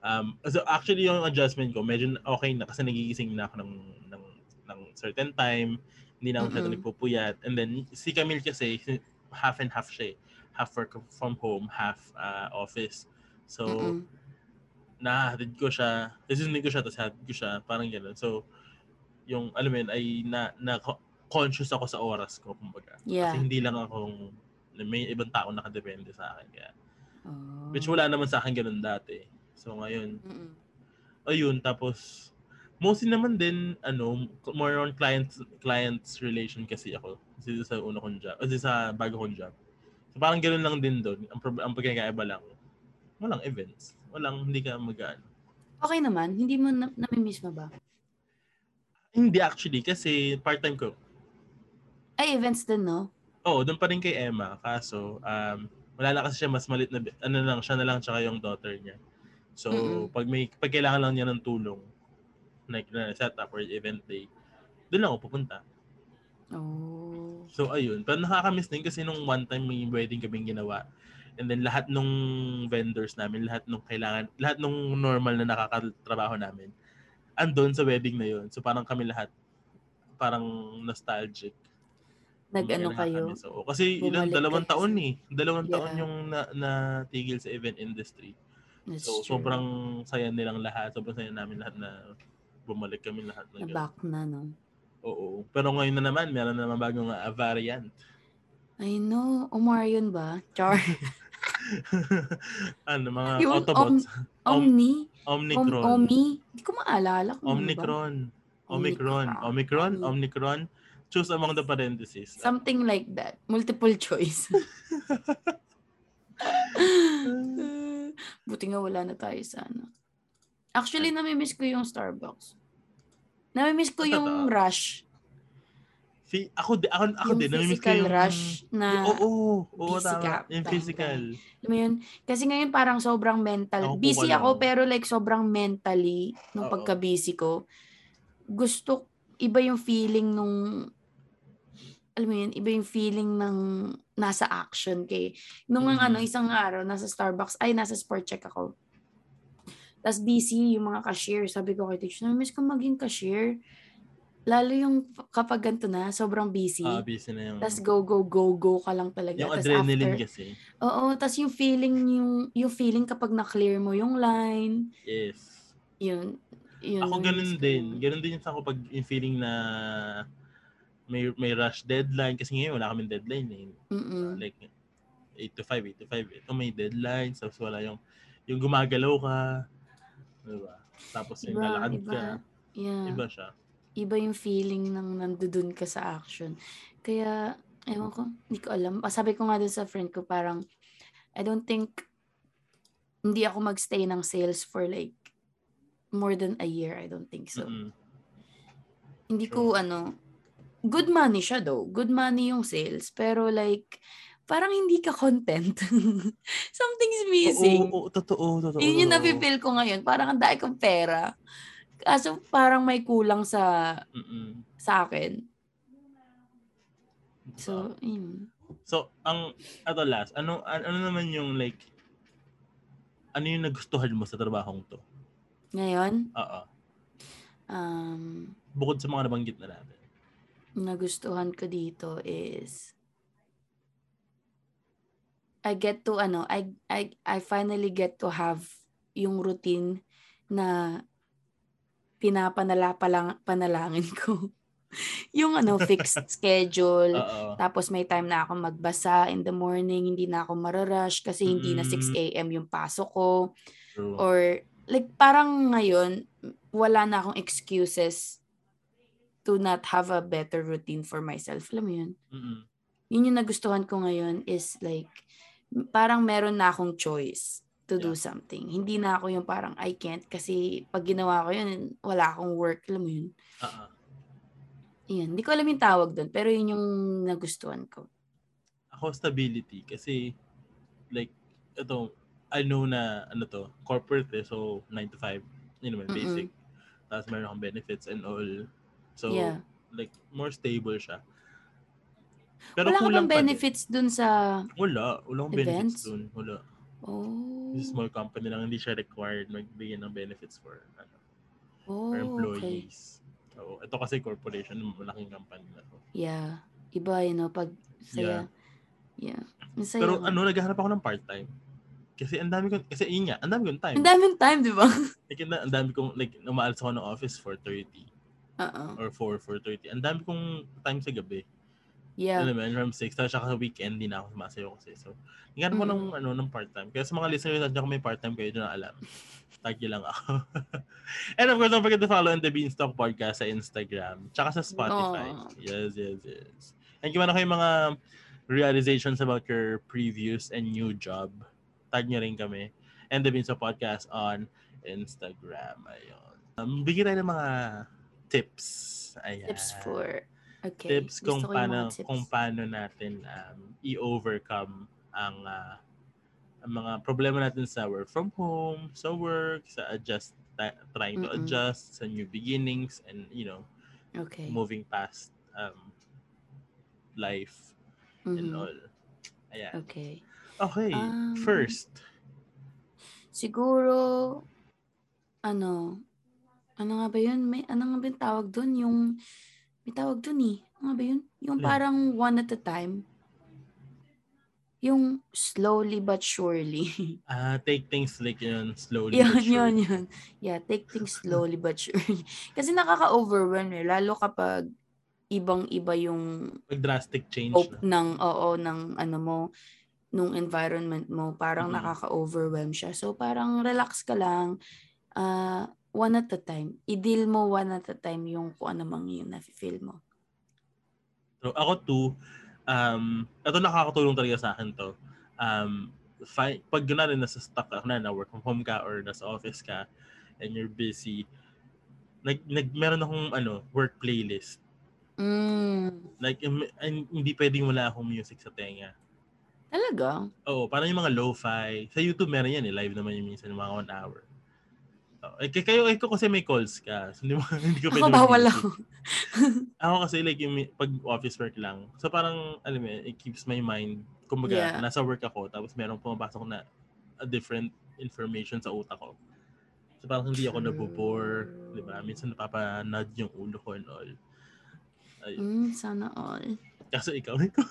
Speaker 1: Um, so actually yung adjustment ko medyo okay na kasi nagigising na ako ng ng, ng certain time, hindi na ako masyado
Speaker 2: Mm-mm.
Speaker 1: nagpupuyat. And then si Camille kasi half and half siya. eh. Half work from home, half uh, office. So
Speaker 2: Mm-mm.
Speaker 1: nahahatid ko siya. Sisundin ko siya, tapos hatid ko siya. Parang gano'n. So, yung, alam mo yun, ay na, na conscious ako sa oras ko, kumbaga.
Speaker 2: Yeah.
Speaker 1: Kasi hindi lang akong, may ibang tao nakadepende sa akin. Kaya,
Speaker 2: Oh.
Speaker 1: which wala naman sa akin ganun dati. So, ngayon,
Speaker 2: Mm-mm.
Speaker 1: ayun, tapos, mostly naman din, ano, more on clients, clients relation kasi ako. Dito sa una kong job, o dito sa bago kong job. So, parang ganun lang din doon. Ang, prob- ang pagkakaiba lang, walang events. Walang, hindi ka mag, ano,
Speaker 2: Okay naman, hindi mo na- namimiss mo ba?
Speaker 1: Hindi actually, kasi part-time ko.
Speaker 2: Ay, events din, no?
Speaker 1: Oo, doon Oh, pa rin kay Emma. Kaso, um, wala na kasi siya mas malit na, bi- ano lang, siya na lang tsaka yung daughter niya. So,
Speaker 2: Mm-mm.
Speaker 1: pag may, pag kailangan lang niya ng tulong, like na setup or event day, doon lang ako pupunta.
Speaker 2: Oh.
Speaker 1: So, ayun. Pero nakakamiss din kasi nung one time may wedding kaming ginawa. And then lahat nung vendors namin, lahat nung kailangan, lahat nung normal na nakakatrabaho namin, andun sa wedding na yun. So, parang kami lahat, parang nostalgic.
Speaker 2: Nag-ano kayo?
Speaker 1: Nakakamiss, oo. kasi ilang
Speaker 2: Bumalik
Speaker 1: dalawang
Speaker 2: kayo sa-
Speaker 1: taon eh. Dalawang
Speaker 2: Yeah.
Speaker 1: taon yung na, natigil sa event industry.
Speaker 2: That's
Speaker 1: so
Speaker 2: true.
Speaker 1: sobrang saya nilang lahat. Sobrang saya namin lahat na bumalik kami lahat. Na
Speaker 2: na
Speaker 1: ganun.
Speaker 2: back na, no?
Speaker 1: Oo. Pero ngayon na naman, meron na naman bagong ah, variant. <laughs>
Speaker 2: I know. Omarion ba? Char.
Speaker 1: ano, mga
Speaker 2: Yun,
Speaker 1: Autobots. Om-
Speaker 2: Omni? Om-
Speaker 1: Omnicron.
Speaker 2: Omi? Hindi ko maalala. kung ano ba.
Speaker 1: Omnicron. Omicron. Omicron. Omnicron. Choose among the parentheses.
Speaker 2: Something like that. Multiple <laughs>
Speaker 1: <laughs>
Speaker 2: choice. Buti nga wala na tayo sa ano. Actually, namimiss ko yung Starbucks. Namimiss ko yung
Speaker 1: Totoo.
Speaker 2: rush.
Speaker 1: Si, ako, di- ako, ako
Speaker 2: yung
Speaker 1: din. namimiss ko
Speaker 2: physical
Speaker 1: yung-
Speaker 2: rush na,
Speaker 1: Oo, oo, oo,
Speaker 2: physical.
Speaker 1: tama. Yung physical.
Speaker 2: alam mo yun? Kasi ngayon parang sobrang
Speaker 1: Ako,
Speaker 2: mental. busy
Speaker 1: wala.
Speaker 2: ako pero like sobrang mentally nung
Speaker 1: Oo.
Speaker 2: pagka-busy ko. Gusto, iba yung feeling nung alam mo yun, iba yung feeling ng nasa action kay. Nung ang
Speaker 1: Mm.
Speaker 2: ano, isang araw, nasa Starbucks, ay, nasa sport check ako. Tapos busy yung mga cashier. Sabi ko kay teacher, miss ko maging cashier. Lalo yung kapag ganito na, sobrang busy.
Speaker 1: Ah, busy na yung...
Speaker 2: Tapos go, go, go, go ka lang talaga.
Speaker 1: yung
Speaker 2: Tas
Speaker 1: adrenaline
Speaker 2: after,
Speaker 1: kasi.
Speaker 2: Oo, tapos yung feeling, yung, yung feeling kapag na-clear mo yung line,
Speaker 1: Yes.
Speaker 2: yun. yun
Speaker 1: Ako
Speaker 2: yung
Speaker 1: ganun
Speaker 2: gusto
Speaker 1: din.
Speaker 2: ko.
Speaker 1: Ganun din yung sa ako pag yung feeling na may may rush deadline kasi ngayon wala kaming deadline eh.
Speaker 2: Mm-mm.
Speaker 1: Like 8 to 5, 8 to 5. Ito may deadline tapos wala yung yung gumagalaw ka. Diba? Tapos yung
Speaker 2: Iba,
Speaker 1: lalakad
Speaker 2: iba.
Speaker 1: ka.
Speaker 2: Yeah.
Speaker 1: Iba siya.
Speaker 2: iba yung feeling ng nandudun ka sa action. Kaya, ewan ko, hindi ko alam. Ah, Sabi ko nga dun sa friend ko, parang, I don't think, hindi ako magstay ng sales for like, more than a year, I don't think so.
Speaker 1: Mm-mm.
Speaker 2: Hindi ko, ano, good money siya though. Good money yung sales, pero like, parang hindi ka content. <laughs> Something's missing.
Speaker 1: Oo, oo, totoo, totoo. totoo.
Speaker 2: Yun yung napipil ko ngayon. Parang ang dahil kong pera. Kaso parang may kulang sa
Speaker 1: Mm-mm.
Speaker 2: sa akin.
Speaker 1: Diba?
Speaker 2: So, yun.
Speaker 1: So, ang ato last, ano an- ano naman yung like ano yung nagustuhan mo sa trabahong to? Ah,
Speaker 2: Ngayon,
Speaker 1: Oo.
Speaker 2: um,
Speaker 1: Bukod sa mga nabanggit na natin.
Speaker 2: nagustuhan ko dito is I get to ano, I I I finally get to have yung routine na pinapanala palang, panalangin ko. <laughs> yung ano, fixed schedule.
Speaker 1: Oo.
Speaker 2: Tapos may time na ako magbasa in the morning, hindi na ako mararush kasi hindi na
Speaker 1: Mm.
Speaker 2: 6 a.m. yung pasok ko.
Speaker 1: True.
Speaker 2: or like parang ngayon wala na akong excuses to not have a better routine for myself. Alam mo yun?
Speaker 1: Mm-mm.
Speaker 2: Yun yung nagustuhan ko ngayon is like m- parang meron na akong choice to do something. Hindi na ako yung parang I can't kasi pag ginawa ko yun, wala akong work. Alam mo yun?
Speaker 1: Oo.
Speaker 2: Yun. Hindi ko alam yung tawag doon pero yun yung nagustuhan ko.
Speaker 1: Ako stability kasi like ito I know na ano to corporate eh, so 9 to 5 yun naman
Speaker 2: Mm-mm.
Speaker 1: basic tapos meron akong benefits and all so
Speaker 2: yeah.
Speaker 1: like more stable siya pero
Speaker 2: Wala ka
Speaker 1: kulang
Speaker 2: bang
Speaker 1: pa din.
Speaker 2: benefits doon sa...
Speaker 1: wala wala akong benefits
Speaker 2: Events?
Speaker 1: dun wala
Speaker 2: Oh.
Speaker 1: It's a small company lang hindi siya required magbigay ng benefits for ano,
Speaker 2: Oh,
Speaker 1: for
Speaker 2: okay.
Speaker 1: employees so ito kasi corporation malaking company na to
Speaker 2: Yeah. Iba, you know, pag saya. Yeah. Ang saya
Speaker 1: pero
Speaker 2: nga.
Speaker 1: ano naghahanap ako ng part-time kasi ang dami ko kasi yun nga ang dami kong time
Speaker 2: Ang daming time, di ba? <laughs>
Speaker 1: Like, ang da- ang dami kong, like, umaalis ako ng office 4.30
Speaker 2: Oo.
Speaker 1: or 4, 4.30. Ang dami kong time sa gabi.
Speaker 2: Yeah.
Speaker 1: Alam mo, yun, from 6. Tapos saka sa weekend, hindi na ako sumasayo kasi. So, hingan mo
Speaker 2: Mm.
Speaker 1: ng, ano, ng part-time. Kaya sa mga listeners natin kung may part-time kayo, doon na alam. Tag niyo lang ako. <laughs> and of course, don't forget to follow on the Beanstalk Podcast sa Instagram. Tsaka sa Spotify.
Speaker 2: Oh.
Speaker 1: Yes, yes, yes. And kung ano kayo mga realizations about your previous and new job, tag niyo rin kami. And the Beanstalk Podcast on Instagram. Ayun. Um, bigyan tayo ng mga tips. Ayan
Speaker 2: Tips for... Okay.
Speaker 1: tips kung
Speaker 2: Gusto ko yung mga
Speaker 1: paano
Speaker 2: tips.
Speaker 1: kung paano natin um, i-overcome ang ah, ang mga problema natin sa work from home, sa work, sa adjust ta- trying to
Speaker 2: Mm-mm.
Speaker 1: adjust sa new beginnings and you know,
Speaker 2: Okay.
Speaker 1: moving past um, life and
Speaker 2: Mhm.
Speaker 1: all. Ayan.
Speaker 2: Okay.
Speaker 1: Okay,
Speaker 2: Um,
Speaker 1: first.
Speaker 2: Siguro, ano, ano nga ba yun? May, ano nga ba yung tawag dun? Yung, may tawag dun eh. Ano nga ba yun? Yung
Speaker 1: Ano yun?
Speaker 2: parang one at a time. Yung slowly but surely. <laughs>
Speaker 1: ah take things like yun slowly.
Speaker 2: Yun, <laughs>
Speaker 1: but
Speaker 2: yun,
Speaker 1: surely.
Speaker 2: yun. Yeah, take things slowly but surely. Kasi nakaka-overwhelm eh, lalo kapag ibang-iba yung
Speaker 1: Pag drastic change
Speaker 2: hope
Speaker 1: na.
Speaker 2: ng, oo, ng ano mo, nung environment mo, parang
Speaker 1: Mhm.
Speaker 2: nakaka-overwhelm siya. So, parang relax ka lang, ah, one at a time. I-deal mo one at a time yung kung ano mang yung nafe-feel mo.
Speaker 1: So ako too, um, ito nakakatulong talaga sa akin to. Um, fi- pag yun na rin nasa stuck ka, na, na work from home ka or nasa office ka and you're busy, nag, nag meron akong ano, work playlist.
Speaker 2: Mm,
Speaker 1: Like, im- and hindi pwedeng wala akong music sa tenga.
Speaker 2: talaga?
Speaker 1: Oo, parang yung mga lo-fi. Sa YouTube meron yan eh. Live naman yung minsan, mga one hour. Oo, eh, kay- kayo, eh, ko kasi may calls ka. So, hindi, mo, <laughs> hindi ko
Speaker 2: Ako
Speaker 1: pwede
Speaker 2: bawal
Speaker 1: mag-music.
Speaker 2: ako.
Speaker 1: Ako kasi like yung mi- pag office work lang. So parang alam mo, yun, it keeps my mind kumbaga
Speaker 2: Yeah.
Speaker 1: nasa work ako tapos merong pumapasok na a different information sa utak ko. So parang hindi ako
Speaker 2: True.
Speaker 1: nabobore. Di ba? Minsan napapanad yung ulo ko and all.
Speaker 2: Mm, sana all.
Speaker 1: Kaso ikaw, <laughs> ikaw.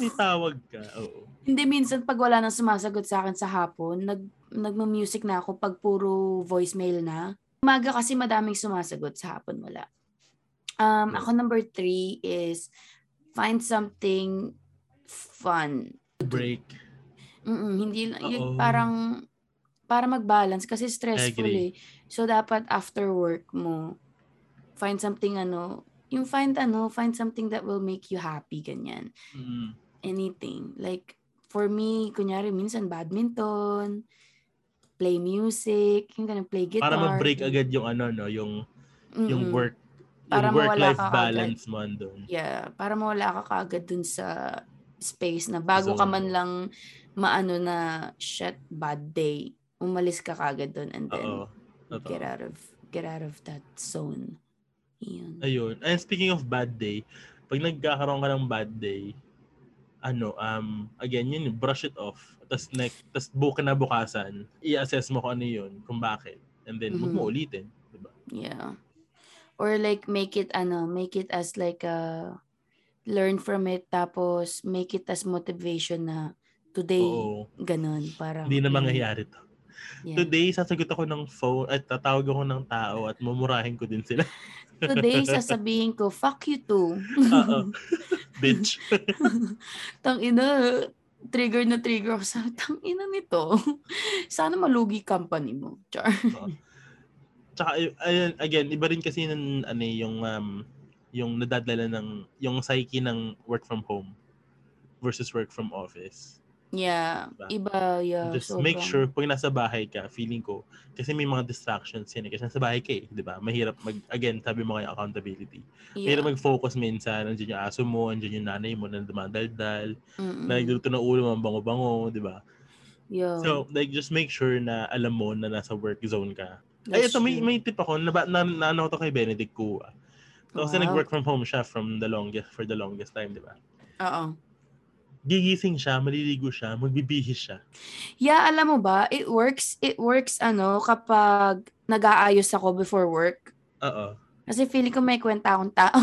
Speaker 1: may tawag ka. Oo.
Speaker 2: Hindi minsan pag wala nang sumasagot sa akin sa hapon, nag nagmo-music na ako pag puro voicemail na. Umaga kasi madaming sumasagot sa hapon wala. Um, ako number three is find something fun.
Speaker 1: Break.
Speaker 2: Mm-mm, hindi lang-
Speaker 1: Oo.
Speaker 2: yung parang para mag-balance kasi stressful
Speaker 1: Agree.
Speaker 2: eh. So dapat after work mo find something ano, yung find ano, find something that will make you happy ganyan.
Speaker 1: Mm.
Speaker 2: Anything. Like for me, kunyari minsan badminton, play music, yung ganun, play guitar.
Speaker 1: Para ma-break agad yung ano, no? Yung, yung
Speaker 2: Mm-mm.
Speaker 1: work.
Speaker 2: Para
Speaker 1: yung
Speaker 2: mawala
Speaker 1: work-life
Speaker 2: ka agad.
Speaker 1: balance mo andun.
Speaker 2: Yeah, para mawala ka kaagad dun sa space na bago ka
Speaker 1: Zone.
Speaker 2: man lang maano na shit bad day, umalis ka kaagad dun and then
Speaker 1: Oo. Totoo.
Speaker 2: get out of get out of that zone. Yun.
Speaker 1: Ayun. And speaking of bad day, pag nagkakaroon ka ng bad day, ano, um, again, yun, brush it off. Tapos, next, tas buka na bukasan, i-assess mo kung ano yun, kung bakit. And then,
Speaker 2: Mhm.
Speaker 1: huwag mo ulitin. Diba?
Speaker 2: Yeah. Or like make it ano, make it as like a learn from it tapos make it as motivation na today
Speaker 1: Oo.
Speaker 2: ganun parang
Speaker 1: Hindi na mangyayari to.
Speaker 2: Yeah.
Speaker 1: Today, <laughs> sasagot ako ng phone at tatawag ako ng tao at mumurahin ko din sila.
Speaker 2: Today sasabihin ko fuck you too.
Speaker 1: Oo. Bitch.
Speaker 2: tang ina, trigger na trigger ako sa tang ina nito. <laughs> Sana malugi company mo. Char.
Speaker 1: Tsaka, ay- ayun, again, iba rin kasi ng, ano, eh, yung, um, yung nadadala ng, yung psyche ng work from home versus work from office.
Speaker 2: Yeah, iba yeah.
Speaker 1: Diba? Just
Speaker 2: sobrang-
Speaker 1: make sure pag nasa bahay ka, feeling ko, kasi may mga distractions yan eh. Kasi nasa bahay ka eh, di ba? Mahirap mag, again, sabi mo kay accountability.
Speaker 2: yeah.
Speaker 1: Mahirap mag-focus minsan, nandiyan yung aso mo, nandiyan yung nanay mo na dumadaldal,
Speaker 2: Mm-mm.
Speaker 1: na nagluto ng ulo mo, ang bango-bango, di ba?
Speaker 2: Yeah,
Speaker 1: So, like, just make sure na alam mo na nasa work zone ka. Ay, ito,
Speaker 2: that's
Speaker 1: may,
Speaker 2: true.
Speaker 1: may tip ako, na, na, na, ano ko to kay Benedict Kua. So, Kasi
Speaker 2: Wow.
Speaker 1: nag-work from home siya from the longest, for the longest time, di ba?
Speaker 2: Oo.
Speaker 1: Gigising siya, maliligo siya, magbibihis siya.
Speaker 2: Yeah, alam mo ba, it works, it works ano kapag nag-aayos ako before work.
Speaker 1: Oo.
Speaker 2: Kasi feeling ko may kwenta akong tao.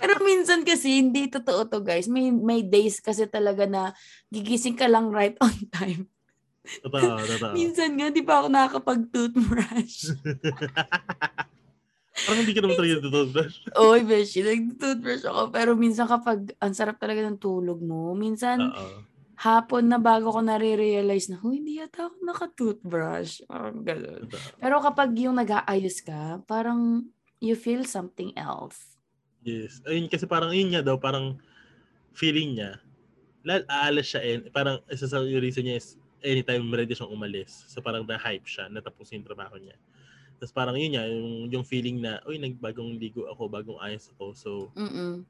Speaker 2: Pero minsan kasi, hindi totoo to guys. May, may days kasi talaga na gigising ka lang right on time.
Speaker 1: Totoo,
Speaker 2: <laughs>
Speaker 1: totoo.
Speaker 2: Minsan nga, di ba ako nakakapag-toothbrush? <laughs>
Speaker 1: Parang hindi ka naman talaga tututbrush.
Speaker 2: Oy, beshi, nag-toothbrush ako. Pero minsan kapag, ang sarap talaga ng tulog mo. Minsan,
Speaker 1: Oo.
Speaker 2: hapon na bago ko nare-realize na, huy, hindi yata ako naka-toothbrush. Parang ganun.
Speaker 1: totoo.
Speaker 2: Pero kapag yung nag-aayos ka, parang you feel something else.
Speaker 1: Yes. Ayun kasi parang yun niya daw, parang feeling niya. Lal, aalas siya. And, parang isa sa yung reason niya is anytime ready siyang umalis. So parang na-hype siya, natapos yung trabaho niya. Tapos parang yun niya, yung, yung feeling na, uy, nagbagong ligo ako, bagong ayos ako, so
Speaker 2: Mm-mm.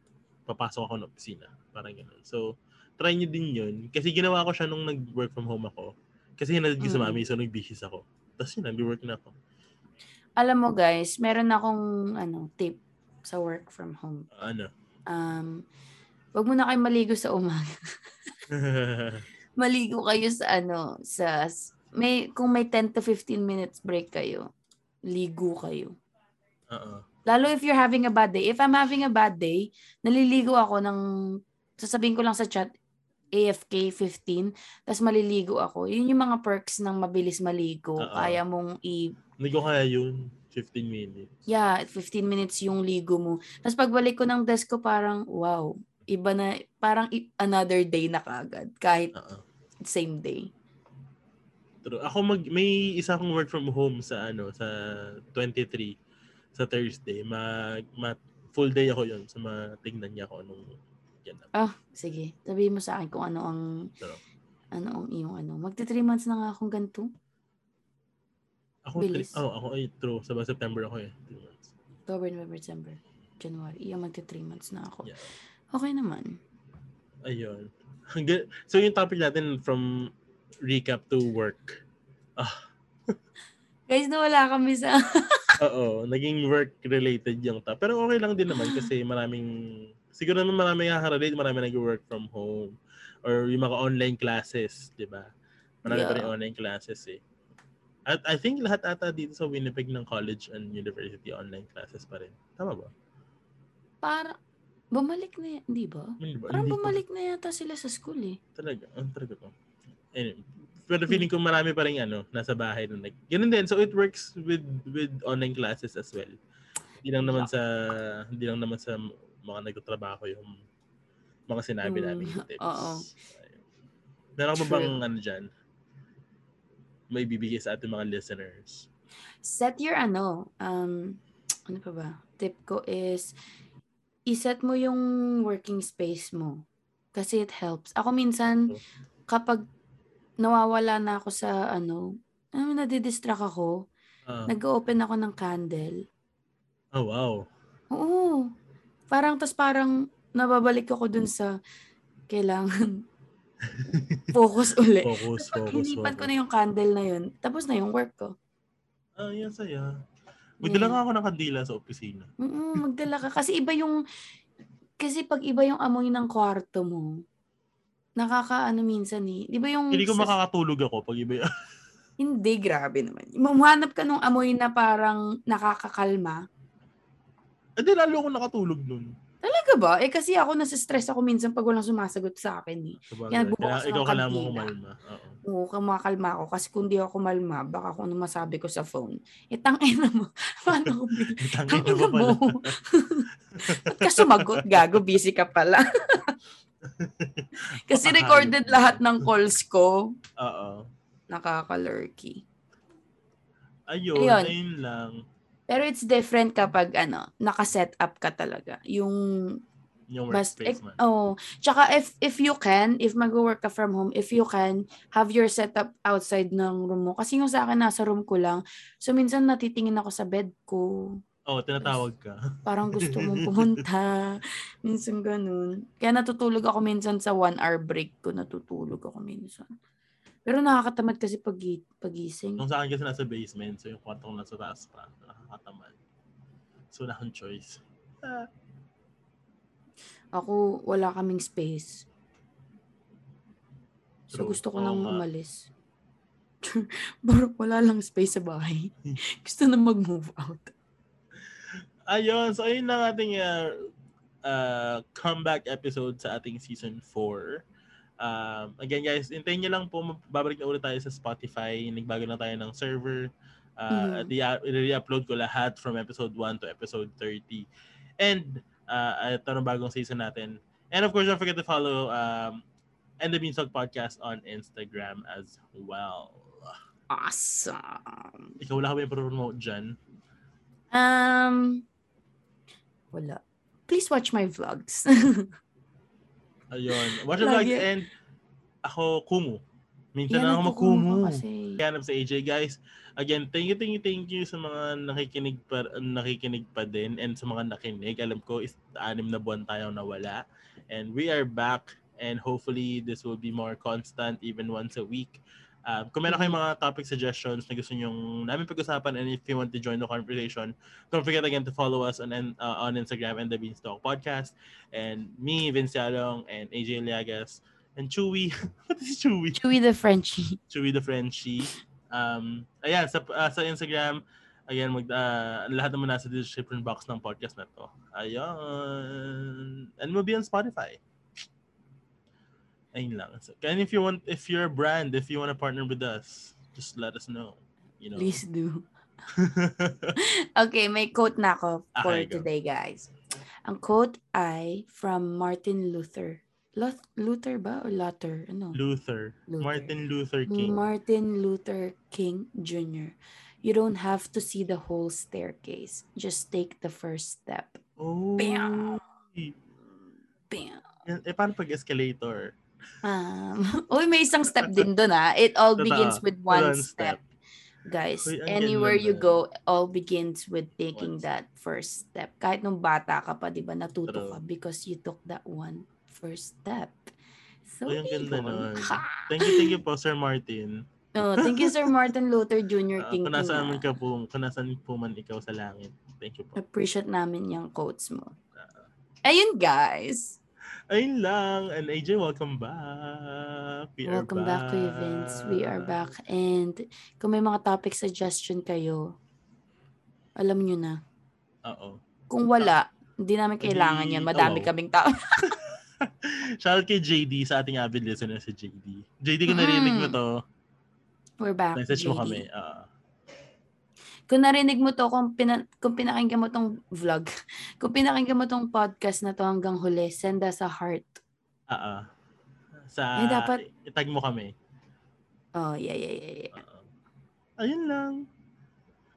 Speaker 1: papasok ako ng opisina. Parang ganun. So, try niyo din yun. Kasi ginawa ko siya nung nag-work from home ako. Kasi hinatid ko sa
Speaker 2: Mm.
Speaker 1: mami, so nag-business ako. Tapos yun, nag-work na ako.
Speaker 2: Alam mo guys, meron akong ano, tip sa work from home.
Speaker 1: Ano? <laughs>
Speaker 2: Um, wag mo na kayo maligo sa umaga. <laughs> Maligo kayo sa ano, sa may kung may 10 to 15 minutes break kayo, ligo kayo.
Speaker 1: Oo.
Speaker 2: Lalo if you're having a bad day. If I'm having a bad day, naliligo ako ng, sasabihin ko lang sa chat, AFK 15, tapos maliligo ako. Yun yung mga perks ng mabilis maligo.
Speaker 1: Oo.
Speaker 2: Kaya mong i-
Speaker 1: Hindi ko kaya yun. 15 minutes.
Speaker 2: yeah, 15 minutes yung ligo mo. Tapos pagbalik ko ng desk ko, parang, wow, iba na, parang i- another day na kagad. Kahit
Speaker 1: Oo.
Speaker 2: same day.
Speaker 1: True. Ako mag may isa akong work from home sa ano sa 23 sa Thursday. Mag ma, full day ako yun. So matingnan niya ako nung yan. na.
Speaker 2: Ah, sige. Sabihin mo sa akin kung ano ang,
Speaker 1: Sarap.
Speaker 2: ano ang iyong ano. Magti 3 months na nga akong ganito.
Speaker 1: Ako
Speaker 2: Bilis.
Speaker 1: tri- oh, ako ay true. Sa ba- September ako eh. Three months.
Speaker 2: October, November, December, January. Yung magti 3 months na ako.
Speaker 1: Yeah.
Speaker 2: Okay naman.
Speaker 1: Ayun. <laughs> Hangga- So yung topic natin from recap to work.
Speaker 2: Guys, nawala kami sa...
Speaker 1: Oo, naging work related yung ta. Pero okay lang din naman kasi maraming siguro naman marami nakaka-relate, marami nag-work from home or yung mga online classes, 'di ba? Marami pa rin
Speaker 2: Yeah.
Speaker 1: online classes eh. At I think lahat ata dito sa Winnipeg ng college and university online classes pa rin. Tama ba?
Speaker 2: <laughs> Para bumalik na, y- hindi ba?
Speaker 1: Hindi ba?
Speaker 2: Parang
Speaker 1: Hindi ko-
Speaker 2: bumalik na yata sila sa school eh.
Speaker 1: Talaga. Ang talaga ko. Anyway, pero feeling ko marami pa rin ano, nasa bahay na nag... Ganun din. So it works with with online classes as well. Hindi lang naman sa hindi lang naman sa mga nagtatrabaho yung mga sinabi
Speaker 2: Yung-
Speaker 1: namin yung tips.
Speaker 2: Mm, oo.
Speaker 1: Ayun. Meron ka ba
Speaker 2: True.
Speaker 1: bang ano dyan? May bibigay sa ating mga listeners.
Speaker 2: set your ano, um, ano pa ba? Tip ko is, iset mo yung working space mo. Kasi it helps. Ako minsan, kapag nawawala na ako sa ano, ano, nadidistract ako,
Speaker 1: Ah,
Speaker 2: nag-open ako ng candle.
Speaker 1: oh, wow.
Speaker 2: Oo. Parang, tas parang nababalik ako dun sa
Speaker 1: <laughs>
Speaker 2: kailangan focus uli.
Speaker 1: Focus,
Speaker 2: Tapos pag
Speaker 1: focus,
Speaker 2: hinipan ko
Speaker 1: focus.
Speaker 2: na yung candle na yun, tapos na yung work ko.
Speaker 1: Ah, yan saya. Magdala
Speaker 2: Yeah.
Speaker 1: nga ako ng kandila sa opisina.
Speaker 2: Mm, magdala ka. Kasi iba yung, kasi pag iba yung amoy ng kwarto mo, nakakaano minsan eh. Di ba yung,
Speaker 1: Hindi ko
Speaker 2: sa-
Speaker 1: makakatulog ako pag iba
Speaker 2: hindi, grabe naman. Mamuhanap ka nung amoy na parang nakakakalma.
Speaker 1: <laughs> Hindi, lalo ako nakatulog nun.
Speaker 2: Talaga ba? Eh kasi ako nasistress ako minsan pag walang sumasagot sa akin eh.
Speaker 1: Sabagay.
Speaker 2: Kaya nagbubukas
Speaker 1: Kaya
Speaker 2: ako ng
Speaker 1: ikaw kailangan mo
Speaker 2: kandila.
Speaker 1: kumalma. Oo.
Speaker 2: Oo, kumakalma ako kasi kung di ako kumalma, baka kung ano masabi ko sa phone, itangin na mo. <laughs>
Speaker 1: <laughs>
Speaker 2: Paano ko bil-
Speaker 1: Tangin
Speaker 2: Tangin
Speaker 1: ka
Speaker 2: na
Speaker 1: pala.
Speaker 2: mo.
Speaker 1: <laughs>
Speaker 2: Ba't ka sumagot, gago? Busy ka
Speaker 1: <laughs>
Speaker 2: pala. kasi
Speaker 1: Baka
Speaker 2: recorded
Speaker 1: hayop.
Speaker 2: lahat ng calls ko.
Speaker 1: Oo.
Speaker 2: Nakakalurky.
Speaker 1: Ayun,
Speaker 2: Ayun.
Speaker 1: ayun, lang.
Speaker 2: Pero it's different kapag ano, nakaset up ka talaga. Yung
Speaker 1: Yung
Speaker 2: Basta,
Speaker 1: workspace
Speaker 2: eh,
Speaker 1: man.
Speaker 2: oh, tsaka if, if you can, if mag-work ka from home, if you can, have your setup outside ng room mo. Kasi yung sa akin, nasa room ko lang. So, minsan natitingin ako sa bed ko.
Speaker 1: Oo, tinatawag ka. <laughs>
Speaker 2: Parang gusto mong pumunta. <laughs> minsan ganun. Kaya natutulog ako minsan sa one-hour break ko. Natutulog ako minsan. Pero nakakatamad kasi pag pagising.
Speaker 1: Yung sa akin kasi nasa basement, so yung kwarto ko nasa taas pa. Nakakatamad. So, wala akong choice. Ah,
Speaker 2: Ako, wala kaming space. So,
Speaker 1: True.
Speaker 2: gusto ko
Speaker 1: Oo
Speaker 2: nang
Speaker 1: nga.
Speaker 2: umalis. <laughs> Baro, wala lang space sa bahay.
Speaker 1: <laughs>
Speaker 2: gusto na mag-move out.
Speaker 1: Ayun, so ayun lang ating uh, uh, comeback episode sa ating season 4. Um, again guys, hintayin nyo lang po, babalik na ulit tayo sa Spotify. Nagbago na tayo ng server. Uh,
Speaker 2: Mhm.
Speaker 1: at i- I-re-upload ko lahat from episode 1 to episode 30. And uh, ito ang bagong season natin. And of course, don't forget to follow um, And the Beanstalk Podcast on Instagram as well.
Speaker 2: Awesome.
Speaker 1: Ikaw wala ka ba yung promote dyan?
Speaker 2: Um, wala. Please watch my vlogs. <laughs>
Speaker 1: Ayun. Watch the vlogs
Speaker 2: Lagi.
Speaker 1: and ako, Kumu. Minsan
Speaker 2: Yan,
Speaker 1: na ako
Speaker 2: nagkukumo
Speaker 1: makumu.
Speaker 2: ka Kasi.
Speaker 1: Hanap sa AJ, guys. Again, thank you, thank you, thank you sa mga nakikinig pa, nakikinig pa din and sa mga nakinig. Alam ko, is anim na buwan tayong nawala. And we are back and hopefully this will be more constant even once a week. Um, kung meron kayong mga topic suggestions na gusto nyong namin pag-usapan and if you want to join the conversation, don't forget again to follow us on uh, on Instagram and the Beanstalk Podcast. And me, Vince Yalong, and AJ Liagas, and Chewy. <laughs> what is Chewy?
Speaker 2: Chewy the Frenchie.
Speaker 1: <laughs> Chewy the Frenchie. Um, ayan, sa, ah, sa Instagram, ayan, mag, ah, lahat naman nasa description box ng podcast na to. Ayan. And we'll be on Spotify. Ayun lang. So, and if you want, if you're a brand, if you want to partner with us, just let us know. You know.
Speaker 2: Please do. Okay, may quote na ako
Speaker 1: Ah,
Speaker 2: for
Speaker 1: here you go.
Speaker 2: today, guys. Ang quote ay from Martin Luther. Luth- Luther ba? Or Luther? Ano?
Speaker 1: <laughs> Luther.
Speaker 2: Luther.
Speaker 1: Martin Luther King.
Speaker 2: Martin Luther King Jr. You don't have to see the whole staircase. Just take the first step.
Speaker 1: oh.
Speaker 2: Bam! Bam!
Speaker 1: Eh, paano pag escalator?
Speaker 2: Um, <laughs> uy, may isang step din doon ah. It all
Speaker 1: Totoo.
Speaker 2: begins with one
Speaker 1: One step.
Speaker 2: step. Guys,
Speaker 1: Uy, ang ganda
Speaker 2: anywhere you
Speaker 1: nun.
Speaker 2: go, all begins with taking
Speaker 1: One
Speaker 2: that first step. Kahit nung bata ka pa, di ba, natuto
Speaker 1: True.
Speaker 2: ka because you took that one first step. So,
Speaker 1: Uy, ang ganda
Speaker 2: yun.
Speaker 1: nun.
Speaker 2: Ha!
Speaker 1: Thank you, thank you po, Sir Martin.
Speaker 2: No, thank you, Sir Martin Luther
Speaker 1: Ah,
Speaker 2: Jr. King.
Speaker 1: kung nasaan man
Speaker 2: King,
Speaker 1: ka
Speaker 2: ah.
Speaker 1: po, kung nasaan po man ikaw sa langit. Thank you po.
Speaker 2: Appreciate namin yung quotes mo. Ayun, guys.
Speaker 1: Ayun lang. And AJ, welcome back. We are
Speaker 2: Welcome back, Kuya Vince. We are back. And kung may mga topic suggestion kayo, alam nyo na.
Speaker 1: Oo.
Speaker 2: Kung wala, hindi namin kailangan
Speaker 1: Hindi,
Speaker 2: yan.
Speaker 1: oo.
Speaker 2: Madami kaming tao. <laughs>
Speaker 1: Shout out kay JD sa ating avid listener si JD. JD, kung
Speaker 2: Mm.
Speaker 1: narinig mo to,
Speaker 2: We're back.
Speaker 1: message mo
Speaker 2: JD.
Speaker 1: kami. Ah.
Speaker 2: Kung narinig mo to, kung, pina, kung pinakinggan mo tong vlog, <laughs> kung pinakinggan mo tong podcast na to hanggang huli, send us a heart.
Speaker 1: ah, ah. Sa,
Speaker 2: Eh, dapat-
Speaker 1: itag mo kami.
Speaker 2: Oh, yeah, yeah, yeah. yeah.
Speaker 1: Ah. ayun lang.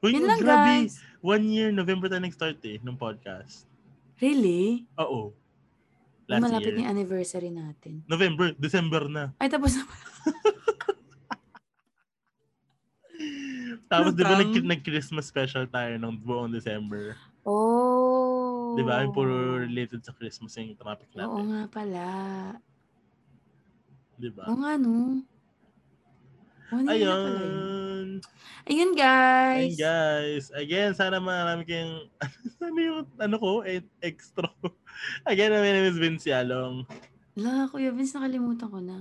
Speaker 1: Uy,
Speaker 2: Yun lang,
Speaker 1: grabe.
Speaker 2: guys.
Speaker 1: One year, November tayo nag-start eh, ng podcast.
Speaker 2: Really?
Speaker 1: Oo. Last
Speaker 2: Malapit
Speaker 1: year.
Speaker 2: na yung anniversary natin.
Speaker 1: November, December na.
Speaker 2: Ay, tapos na.
Speaker 1: Tapos di ba
Speaker 2: Lutang.
Speaker 1: nag- nag-Christmas special tayo ng buong December?
Speaker 2: Oh.
Speaker 1: Di ba? Yung puro related sa Christmas yung topic natin.
Speaker 2: Oo
Speaker 1: Diba?
Speaker 2: nga pala.
Speaker 1: Di ba?
Speaker 2: Oo nga, no? Oh, hindi nga pala ano yun.
Speaker 1: Ayun.
Speaker 2: Ayun, guys.
Speaker 1: Ayun guys. Again, sana marami kayong, <laughs> ano yung, ano ko, eh, extra. ko. <laughs> Again, my name is Vince Yalong.
Speaker 2: La, Kuya Vince, nakalimutan ko na.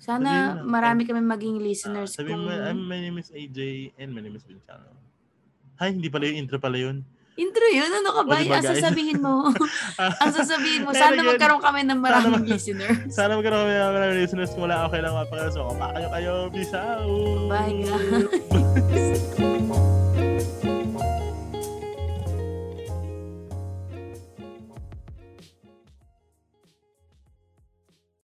Speaker 1: Sabihin
Speaker 2: Sana
Speaker 1: mo na.
Speaker 2: marami kami maging
Speaker 1: Ah,
Speaker 2: listeners
Speaker 1: sabi mo,
Speaker 2: kung...
Speaker 1: I'm, my name is AJ and my name is Vince Yalong. Ay, hindi pala yung intro pala yun. <laughs>
Speaker 2: Intro yun, ano ka ba?
Speaker 1: O, diba,
Speaker 2: ang
Speaker 1: guys?
Speaker 2: sasabihin
Speaker 1: <laughs>
Speaker 2: mo.
Speaker 1: Ah,
Speaker 2: ang sasabihin mo,
Speaker 1: Pero
Speaker 2: sana
Speaker 1: yun,
Speaker 2: magkaroon kami ng maraming
Speaker 1: mag-
Speaker 2: listeners.
Speaker 1: Sana magkaroon kami ng maraming
Speaker 2: <laughs>
Speaker 1: listeners kung wala okay lang mapakilala. So, kapakayo kayo. Peace out!
Speaker 2: Bye, guys.